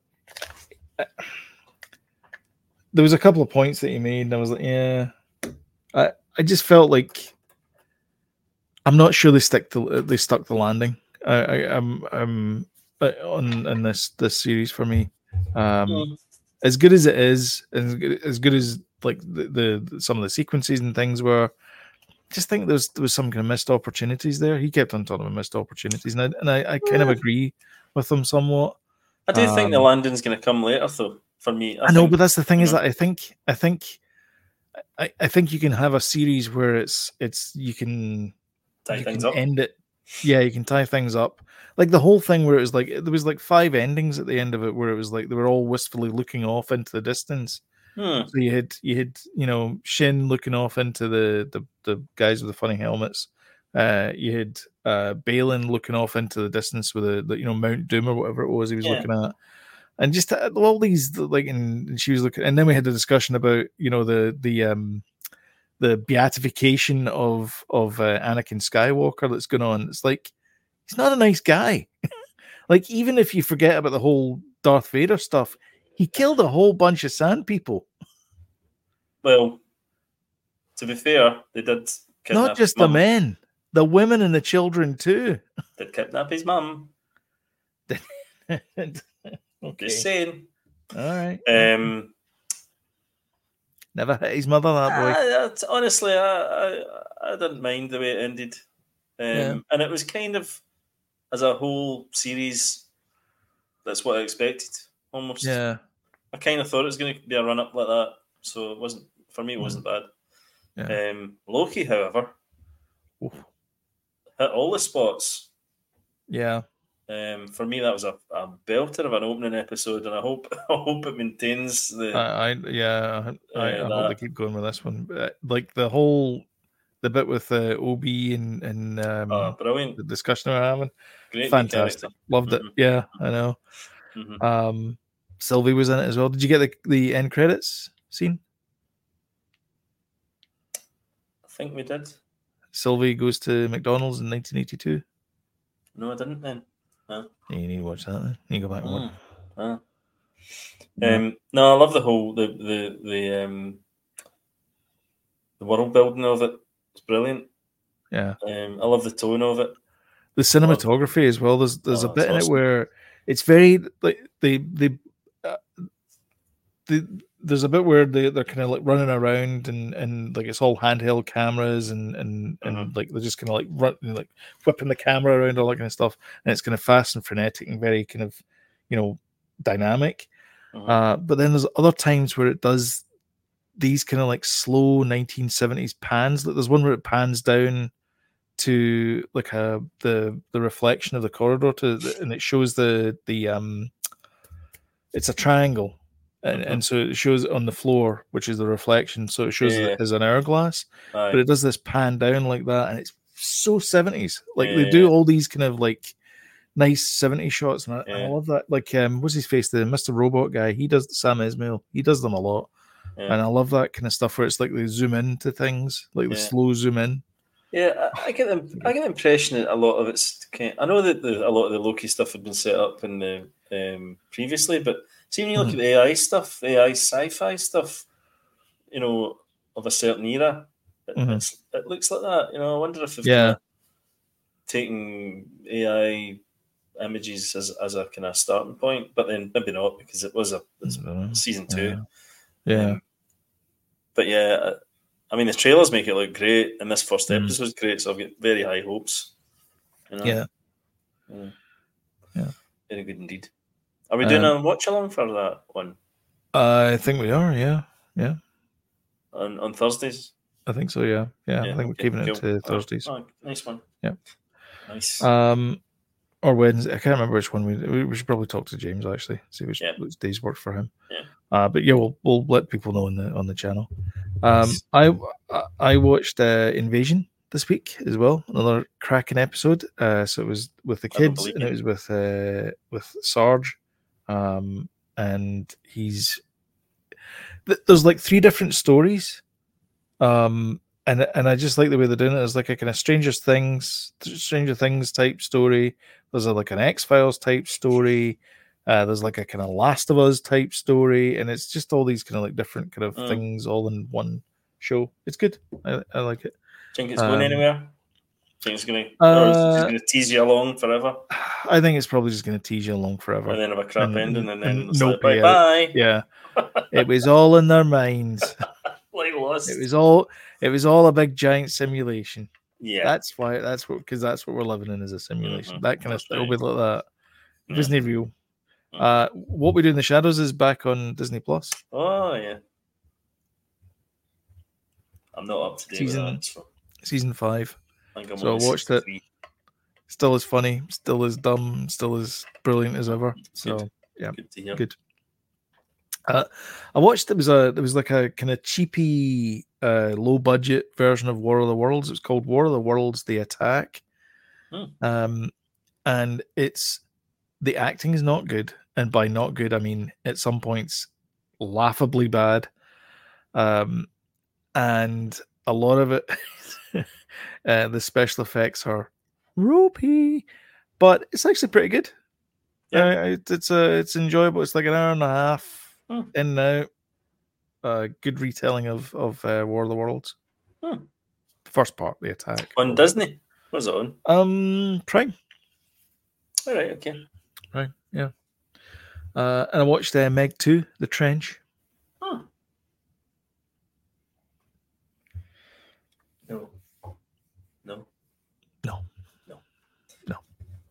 Speaker 1: uh, there was a couple of points that he made, and I was like, yeah, I I just felt like I'm not sure they stick to they stuck the landing. I, I I'm I'm uh, on in this this series for me. Um, as good as it is, as good as good as like the, the some of the sequences and things were, just think there was there was some kind of missed opportunities there. He kept on talking about missed opportunities, and I, and I, I kind of agree with him somewhat.
Speaker 2: I do think the
Speaker 1: um,
Speaker 2: landing's going to come later, though. For me,
Speaker 1: I, know,
Speaker 2: think- Mm-hmm.
Speaker 1: but that's the thing is
Speaker 2: know.
Speaker 1: that I think I think I, I think you can have a series where it's it's you can
Speaker 2: tie
Speaker 1: you
Speaker 2: things
Speaker 1: can
Speaker 2: up.
Speaker 1: end it. Yeah, you can tie things up. Like the whole thing where it was like there was like five endings at the end of it where it was like they were all wistfully looking off into the distance.
Speaker 2: Hmm.
Speaker 1: So you had you had you know Shin looking off into the the, the guys with the funny helmets. Uh, you had uh, Balin looking off into the distance with the, the you know Mount Doom or whatever it was he was
Speaker 2: Yeah.
Speaker 1: looking at, and just uh, all these like and, and she was looking. And then we had the discussion about you know the the um the beatification of of uh, Anakin Skywalker that's going on. It's like he's not a nice guy. like even if you forget about the whole Darth Vader stuff, he killed a whole bunch of sand people.
Speaker 2: Well, to be fair, they did
Speaker 1: not
Speaker 2: kidnap
Speaker 1: just
Speaker 2: his mum.
Speaker 1: the men, the women and the children too.
Speaker 2: Did kidnap his mum.
Speaker 1: okay.
Speaker 2: Just saying.
Speaker 1: All right.
Speaker 2: Um,
Speaker 1: Never hit his mother that way.
Speaker 2: I- I- t- honestly, I, I I didn't mind the way it ended, um,
Speaker 1: Yeah.
Speaker 2: and it was kind of as a whole series. That's what I expected almost.
Speaker 1: Yeah.
Speaker 2: I kind of thought it was going to be a run up like that, so it wasn't for me. It wasn't
Speaker 1: Mm.
Speaker 2: bad. Um, Loki, however,
Speaker 1: Oof.
Speaker 2: hit all the spots.
Speaker 1: Yeah.
Speaker 2: Um, for me, that was a, a belter of an opening episode, and I hope I hope it maintains the.
Speaker 1: I, I yeah, I, I,
Speaker 2: Yeah,
Speaker 1: I hope
Speaker 2: that-
Speaker 1: they keep going with this one. But, like the whole the bit with uh, OB and and um,
Speaker 2: oh, brilliant!
Speaker 1: the discussion we're having.
Speaker 2: Great
Speaker 1: Fantastic. Loved it.
Speaker 2: Mhm.
Speaker 1: Yeah, I know.
Speaker 2: Mhm.
Speaker 1: Um Sylvie was in it as well. Did you get the, the end credits scene?
Speaker 2: I think we did.
Speaker 1: Sylvie goes to McDonald's in 1982.
Speaker 2: No, I didn't then.
Speaker 1: You need to watch that. Then. You go back and watch.
Speaker 2: Mm. Ah. Um, no, I love the whole the the the um the world building of it. It's brilliant.
Speaker 1: Yeah.
Speaker 2: Um, I love the tone of it.
Speaker 1: the cinematography as well. There's there's
Speaker 2: Oh,
Speaker 1: a
Speaker 2: that's
Speaker 1: bit in it
Speaker 2: awesome.
Speaker 1: where it's very like they they uh, the there's a bit where they they're kind of like running around and and like it's all handheld cameras and and
Speaker 2: Uh-huh.
Speaker 1: and like they're just kind of like run like whipping the camera around all that kind of stuff and it's kind of fast and frenetic and very kind of you know dynamic.
Speaker 2: Mhm.
Speaker 1: Uh, but then there's other times where it does these kind of like slow 1970s pans. Like there's one where it pans down to like a the the reflection of the corridor to the, and it shows the the um it's a triangle and,
Speaker 2: Mm-hmm.
Speaker 1: and so it shows it on the floor which is the reflection so it shows
Speaker 2: Yeah,
Speaker 1: it
Speaker 2: yeah.
Speaker 1: Uh, as an hourglass
Speaker 2: Aye.
Speaker 1: but it does this pan down like that and it's so 70s like
Speaker 2: Yeah,
Speaker 1: they
Speaker 2: yeah,
Speaker 1: do
Speaker 2: yeah.
Speaker 1: all these kind of like nice 70 shots and I, I
Speaker 2: Yeah.
Speaker 1: love that like um what's his face the mr robot guy he does sam ismail he does them a lot
Speaker 2: Yeah.
Speaker 1: and i love that kind of stuff where it's like they zoom into things like the
Speaker 2: Yeah.
Speaker 1: slow zoom in
Speaker 2: Yeah, I, I get the I get the impression that a lot of it's. ki- I know that the, a lot of the Loki stuff had been set up in the um, previously, but see when you look at the
Speaker 1: Mm-hmm.
Speaker 2: AI stuff, the AI sci-fi stuff, you know, of a certain era, it,
Speaker 1: Mhm.
Speaker 2: it's, it looks like that. You know, I wonder if they've
Speaker 1: Yeah.
Speaker 2: kinda taken AI images as, as a kind of starting point, but then maybe not because it was a it's
Speaker 1: Mm-hmm. yeah
Speaker 2: season two.
Speaker 1: yeah
Speaker 2: Um, but yeah, I- I mean the trailers make it look great, and this first
Speaker 1: Mm.
Speaker 2: episode's great, so I've got very high hopes. you know?
Speaker 1: Yeah.
Speaker 2: Yeah.
Speaker 1: Yeah. Um,
Speaker 2: Very good indeed. Are we doing a watch along for that one
Speaker 1: I think we are, yeah.
Speaker 2: on, on Thursdays?
Speaker 1: I think so. Yeah, yeah. I
Speaker 2: Yeah,
Speaker 1: think we're
Speaker 2: okay,
Speaker 1: keeping it
Speaker 2: cool.
Speaker 1: to Thursdays
Speaker 2: Oh, nice one.
Speaker 1: Yep.
Speaker 2: Nice.
Speaker 1: um, or Wednesday. I can't remember which one we. We we should probably talk to James actually. See which,
Speaker 2: Yeah.
Speaker 1: which days work for him.
Speaker 2: Yeah.
Speaker 1: Uh, but yeah, we'll we'll let people know on the on the channel. Um, I I- I watched uh, Invasion this week as well. Another cracking episode. Uh, so it was with the
Speaker 2: I don't
Speaker 1: kids
Speaker 2: believe
Speaker 1: and
Speaker 2: you.
Speaker 1: it was with uh, with Sarge. Um, and he's th- there's like three different stories. Um, and and I just like the way they're doing it. It's like a kind of Stranger Things, Stranger Things type story. There's a, like an X Files type story. Uh, there's like a kind of Last of Us type story, and it's just all these kind of like different kind of
Speaker 2: Mm.
Speaker 1: things all in one show. It's good. I, I like it.
Speaker 2: Think it's going
Speaker 1: um,
Speaker 2: anywhere? Think it's going to
Speaker 1: Uh,
Speaker 2: going to tease you along forever,
Speaker 1: I think it's probably just going to tease you along forever.
Speaker 2: and then have a crap
Speaker 1: and-
Speaker 2: ending, and then
Speaker 1: and
Speaker 2: it's like,
Speaker 1: nobody
Speaker 2: bye
Speaker 1: out.
Speaker 2: bye.
Speaker 1: Yeah, it was all in their minds.
Speaker 2: Like lost.
Speaker 1: It was all. It was all a big giant simulation.
Speaker 2: yeah.
Speaker 1: That's why. That's what because that's what we're living in is a simulation.
Speaker 2: Mhm,
Speaker 1: That kind of
Speaker 2: that's
Speaker 1: stuff. It'll be
Speaker 2: right.
Speaker 1: like that.
Speaker 2: Yeah.
Speaker 1: Disney real.
Speaker 2: Mhm.
Speaker 1: Uh, what we do in the shadows is back on Disney Plus.
Speaker 2: oh yeah. I'm not up to date with
Speaker 1: Season-
Speaker 2: that. So
Speaker 1: Season five
Speaker 2: I think I'm
Speaker 1: So
Speaker 2: on
Speaker 1: I
Speaker 2: the
Speaker 1: watched it.
Speaker 2: 63.
Speaker 1: still as funny, still as dumb, still as brilliant as ever. So yeah,
Speaker 2: Good to hear.
Speaker 1: good. I watched it was a there was like a kind of cheapy, uh, low budget version of War of the Worlds. It was called War of the Worlds: The Attack,
Speaker 2: Hmm.
Speaker 1: um, and it's the acting is not good, and by not good I mean at some points laughably bad, um, and a lot of it, uh, the special effects are ropey, but it's actually pretty good.
Speaker 2: Yeah.
Speaker 1: Uh, it- it's uh, it's enjoyable. It's like an hour and a half
Speaker 2: Hmm.
Speaker 1: in now. Uh, good retelling of of uh, War of the Worlds.
Speaker 2: Hmm.
Speaker 1: First part, the attack.
Speaker 2: On Disney. Was it on?
Speaker 1: Um, Prime.
Speaker 2: All right. Okay.
Speaker 1: Uh, and I watched uh, Meg Two, The Trench.
Speaker 2: Hmm. No. No.
Speaker 1: No.
Speaker 2: No.
Speaker 1: No.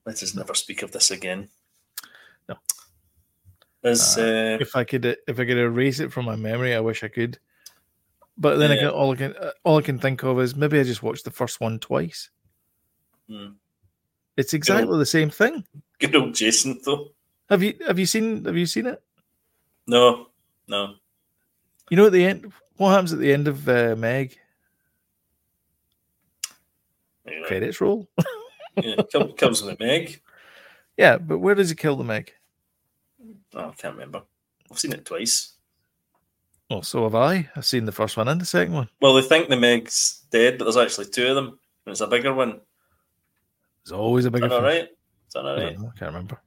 Speaker 2: Let us never speak of this again.
Speaker 1: No.
Speaker 2: Is uh,
Speaker 1: If I could, uh, if I could erase it from my memory, I wish I could. But then I
Speaker 2: Yeah.
Speaker 1: can, all I can uh, all I can think of is maybe I just watched the first one twice.
Speaker 2: Hmm.
Speaker 1: It's exactly the same thing.
Speaker 2: good old Jason though?
Speaker 1: Have you have you seen have you seen it?
Speaker 2: No. No.
Speaker 1: You know at the end, what happens at the end of uh, Meg?
Speaker 2: Maybe not.
Speaker 1: Credits roll.
Speaker 2: Yeah, come- comes with a Meg.
Speaker 1: yeah, but where does he kill the Meg?
Speaker 2: Oh, I can't remember. I've seen it twice.
Speaker 1: Well, so have I. I've seen the first one and the second one.
Speaker 2: Well, they think the Meg's dead, but there's actually two of them, and it's a bigger one.
Speaker 1: It's always a
Speaker 2: Is
Speaker 1: bigger.
Speaker 2: that all
Speaker 1: fish.
Speaker 2: right? Is that all
Speaker 1: I,
Speaker 2: right?
Speaker 1: don't know, I can't remember.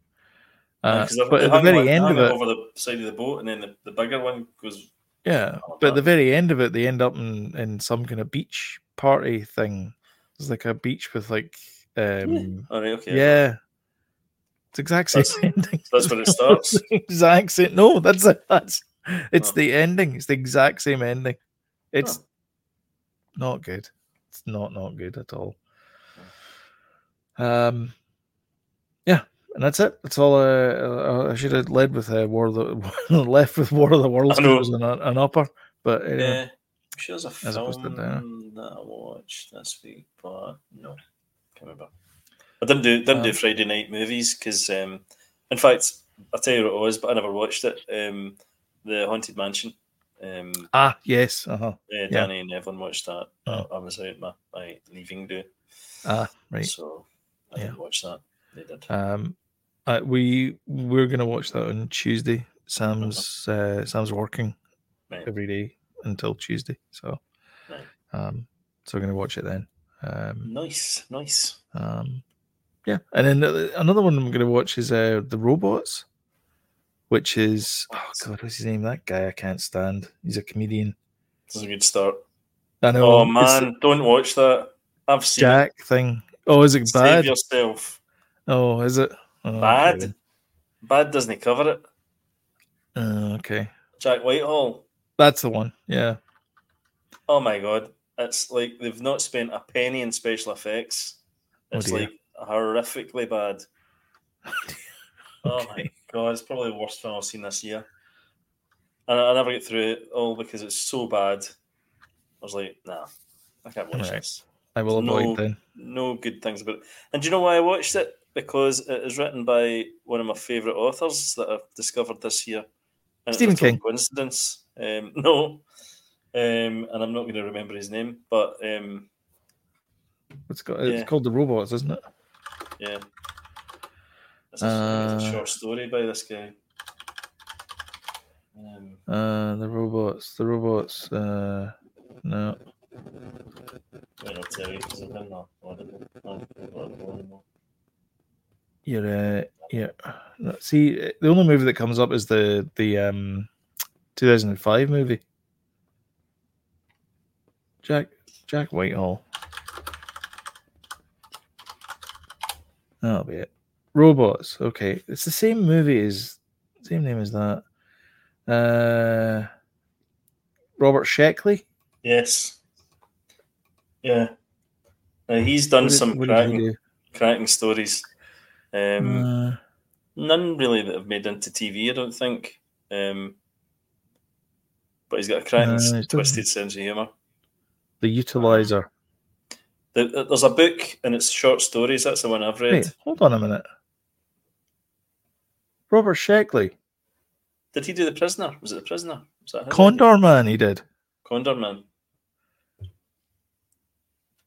Speaker 2: Yeah,
Speaker 1: Uh,
Speaker 2: 'cause they've-
Speaker 1: but
Speaker 2: they
Speaker 1: at the
Speaker 2: hung one-
Speaker 1: very
Speaker 2: they
Speaker 1: end
Speaker 2: hung
Speaker 1: of it,
Speaker 2: over the side of the boat, and then the, the bigger one goes.
Speaker 1: yeah.
Speaker 2: Oh,
Speaker 1: But at the
Speaker 2: God.
Speaker 1: very end of it, they end up in, in some kind of beach party thing. It's like a beach with like, um,
Speaker 2: All Oh, right, okay.
Speaker 1: yeah. It's the exact same
Speaker 2: That's-
Speaker 1: ending.
Speaker 2: that's when it starts.
Speaker 1: It's the exact same. No, that's it. That's it's
Speaker 2: Oh.
Speaker 1: the ending. It's the exact same ending. It's
Speaker 2: Oh.
Speaker 1: not good. It's not not good at all.
Speaker 2: Oh.
Speaker 1: Um, yeah, and that's it. That's all. Uh, uh, I should have led with uh, War of the left with War of the Worlds.
Speaker 2: I
Speaker 1: 'cause It
Speaker 2: know.
Speaker 1: was an, an upper, but uh,
Speaker 2: Yeah.
Speaker 1: anyway,
Speaker 2: I'm sure there's a
Speaker 1: As opposed
Speaker 2: film
Speaker 1: to there.
Speaker 2: that I watched this week, but no, can't remember. I didn't do didn't do
Speaker 1: Um,
Speaker 2: Friday night movies because, um, in fact, I'll tell you what it was, but I never watched it. Um, the Haunted Mansion. Um,
Speaker 1: ah yes, uh huh,
Speaker 2: yeah, Danny and everyone watched that. I, I was out my, my leaving do,
Speaker 1: Oh. ah right.
Speaker 2: so I
Speaker 1: Yeah.
Speaker 2: didn't watch that. They did.
Speaker 1: Um, uh, we we're gonna watch that on Tuesday. Sam's uh, Sam's working
Speaker 2: Uh-huh. Right.
Speaker 1: every day until Tuesday, so
Speaker 2: Right.
Speaker 1: um, so we're gonna watch it then. Um,
Speaker 2: Nice, nice.
Speaker 1: um, yeah, and then uh, another one I'm gonna watch is uh, the robots, which is oh god, what's his name? That guy I can't stand. He's a comedian.
Speaker 2: This is a good start.
Speaker 1: I know.
Speaker 2: Oh,
Speaker 1: it's the
Speaker 2: man, don't watch that. I've seen it.
Speaker 1: Jack thing. Oh, is it
Speaker 2: Save
Speaker 1: bad?
Speaker 2: yourself.
Speaker 1: Oh, is it Oh, okay
Speaker 2: Bad?
Speaker 1: then.
Speaker 2: Bad doesn't cover it.
Speaker 1: Oh, okay,
Speaker 2: Jack Whitehall.
Speaker 1: that's the one. Yeah.
Speaker 2: Oh my god. It's like they've not spent a penny in special effects.
Speaker 1: Oh,
Speaker 2: It's
Speaker 1: dear.
Speaker 2: like horrifically bad. Oh my
Speaker 1: Okay.
Speaker 2: god, it's probably the worst film I've seen this year. And I I never get through it all because it's so bad. I was like, nah, I can't watch
Speaker 1: Right.
Speaker 2: this.
Speaker 1: I will
Speaker 2: No.
Speaker 1: avoid then.
Speaker 2: No good things about it. And do you know why I watched it? Because it is written by one of my favourite authors that I've discovered this year. And it's
Speaker 1: Stephen
Speaker 2: a total
Speaker 1: King.
Speaker 2: Coincidence? Um, no. Um, and I'm not going to remember his name, but um,
Speaker 1: It's got it's
Speaker 2: Yeah.
Speaker 1: called the robots, isn't it?
Speaker 2: yeah. It's a, it's a
Speaker 1: Uh,
Speaker 2: short story by this guy. Um,
Speaker 1: Uh, the robots, the robots. Uh, no,
Speaker 2: wait, I'll tell you. Is it him? No, I don't know. I don't know.
Speaker 1: you're uh, yeah. No, see, uh, the only movie that comes up is the the um, 2005 movie. Jack Jack Whitehall. That'll be it. Robots. Okay, it's the same movie as same name as that. Uh, Robert Sheckley.
Speaker 2: Yes. Yeah. Now, he's done
Speaker 1: What did-
Speaker 2: some
Speaker 1: what did he
Speaker 2: cracking,
Speaker 1: do?
Speaker 2: cracking stories. Um,
Speaker 1: Uh,
Speaker 2: none really that have made into TV, I don't think. Um, but he's got a cracking,
Speaker 1: No,
Speaker 2: s
Speaker 1: Uh, it
Speaker 2: twisted sense of humour.
Speaker 1: the Utilizer.
Speaker 2: There- there- There's a book and it's short stories. That's the one I've read.
Speaker 1: Wait, hold on a minute. Robert Sheckley,
Speaker 2: Did he do The Prisoner? Was it The Prisoner? Was that his
Speaker 1: Condor Man, he did.
Speaker 2: idea? Condor Man.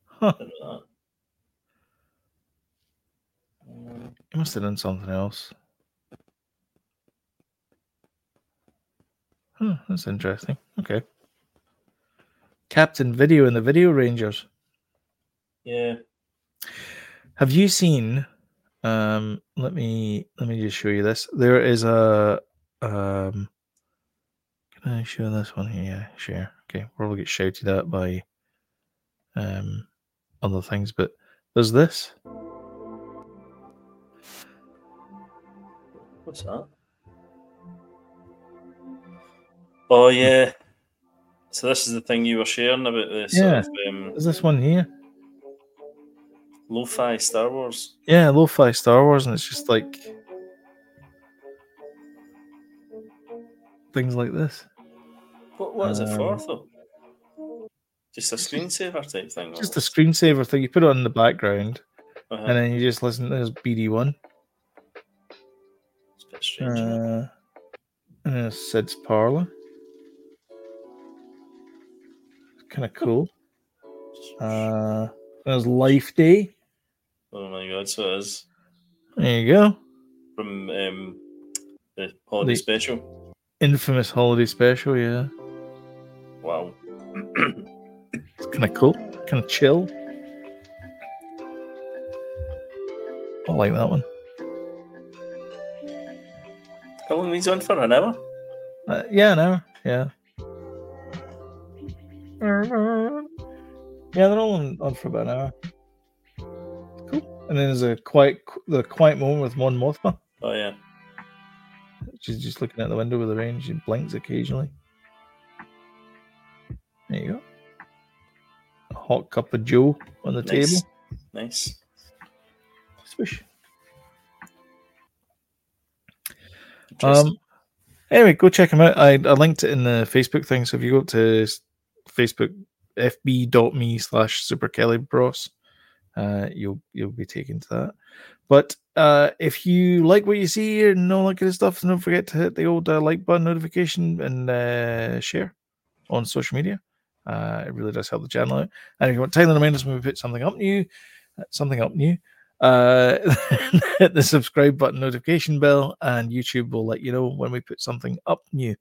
Speaker 1: Huh.
Speaker 2: Didn't know that. Um,
Speaker 1: He must have done something else. Hmm, that's interesting. Okay. Captain Video and the Video Rangers.
Speaker 2: Yeah.
Speaker 1: Have you seen? Um, let me let me just show you this. There is a. Um, can I show this one here? Yeah, share. Okay, probably get shouted at by um, other things, but there's this.
Speaker 2: What's that? Oh yeah. So this is the thing you were sharing about the sort
Speaker 1: Yeah.
Speaker 2: of um,
Speaker 1: There's this one here.
Speaker 2: lo-fi Star Wars.
Speaker 1: Yeah, lo-fi Star Wars, and it's just like things like this.
Speaker 2: What what is it for
Speaker 1: Um,
Speaker 2: though? Just a screensaver type thing. or
Speaker 1: Just a screensaver thing. You put it on the background,
Speaker 2: what? Uh-huh.
Speaker 1: and then you just listen. There's BD one.
Speaker 2: It's a bit strange. isn't it?
Speaker 1: Uh, and then Sid's Parlor. Kind of cool. Uh, there's Life Day.
Speaker 2: oh my god! So it is
Speaker 1: There you go.
Speaker 2: from um, the holiday
Speaker 1: The-
Speaker 2: special.
Speaker 1: Infamous holiday special. Yeah,
Speaker 2: Wow.
Speaker 1: it's kind of cool. Kind of chill. I like that one.
Speaker 2: How long are these on for? An hour?
Speaker 1: Uh, yeah, no, yeah. Yeah, they're all on, on for about an hour. Cool. And then there's a quiet, the quiet moment with Mon Mothma.
Speaker 2: Oh yeah.
Speaker 1: She's just looking out the window with her range. She blinks occasionally. There you go. A hot cup of Joe on the
Speaker 2: Nice.
Speaker 1: table.
Speaker 2: Nice.
Speaker 1: Swish.
Speaker 2: Interesting.
Speaker 1: Um, anyway, go check him out. I, I linked it in the Facebook thing. So if you go up to s- Facebook fb.me slash super Kelly Bros, uh, you'll you'll be taken to that. But uh, if you like what you see here and all that kind of stuff, then don't forget to hit the old uh, like button notification and uh, share on social media. Uh, it really does help the channel out. And if you want timely reminders when we put something up new, uh, something up new, uh, hit the subscribe button, notification bell, and YouTube will let you know when we put something up new.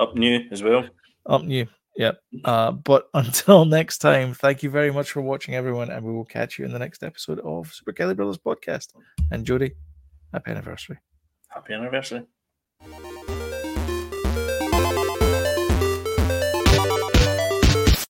Speaker 2: Up new as well.
Speaker 1: Up new. Yep. Uh, but until next time, thank you very much for watching, everyone, and we will catch you in the next episode of Super Kelly Brothers Podcast. And Jody, happy anniversary.
Speaker 2: Happy anniversary.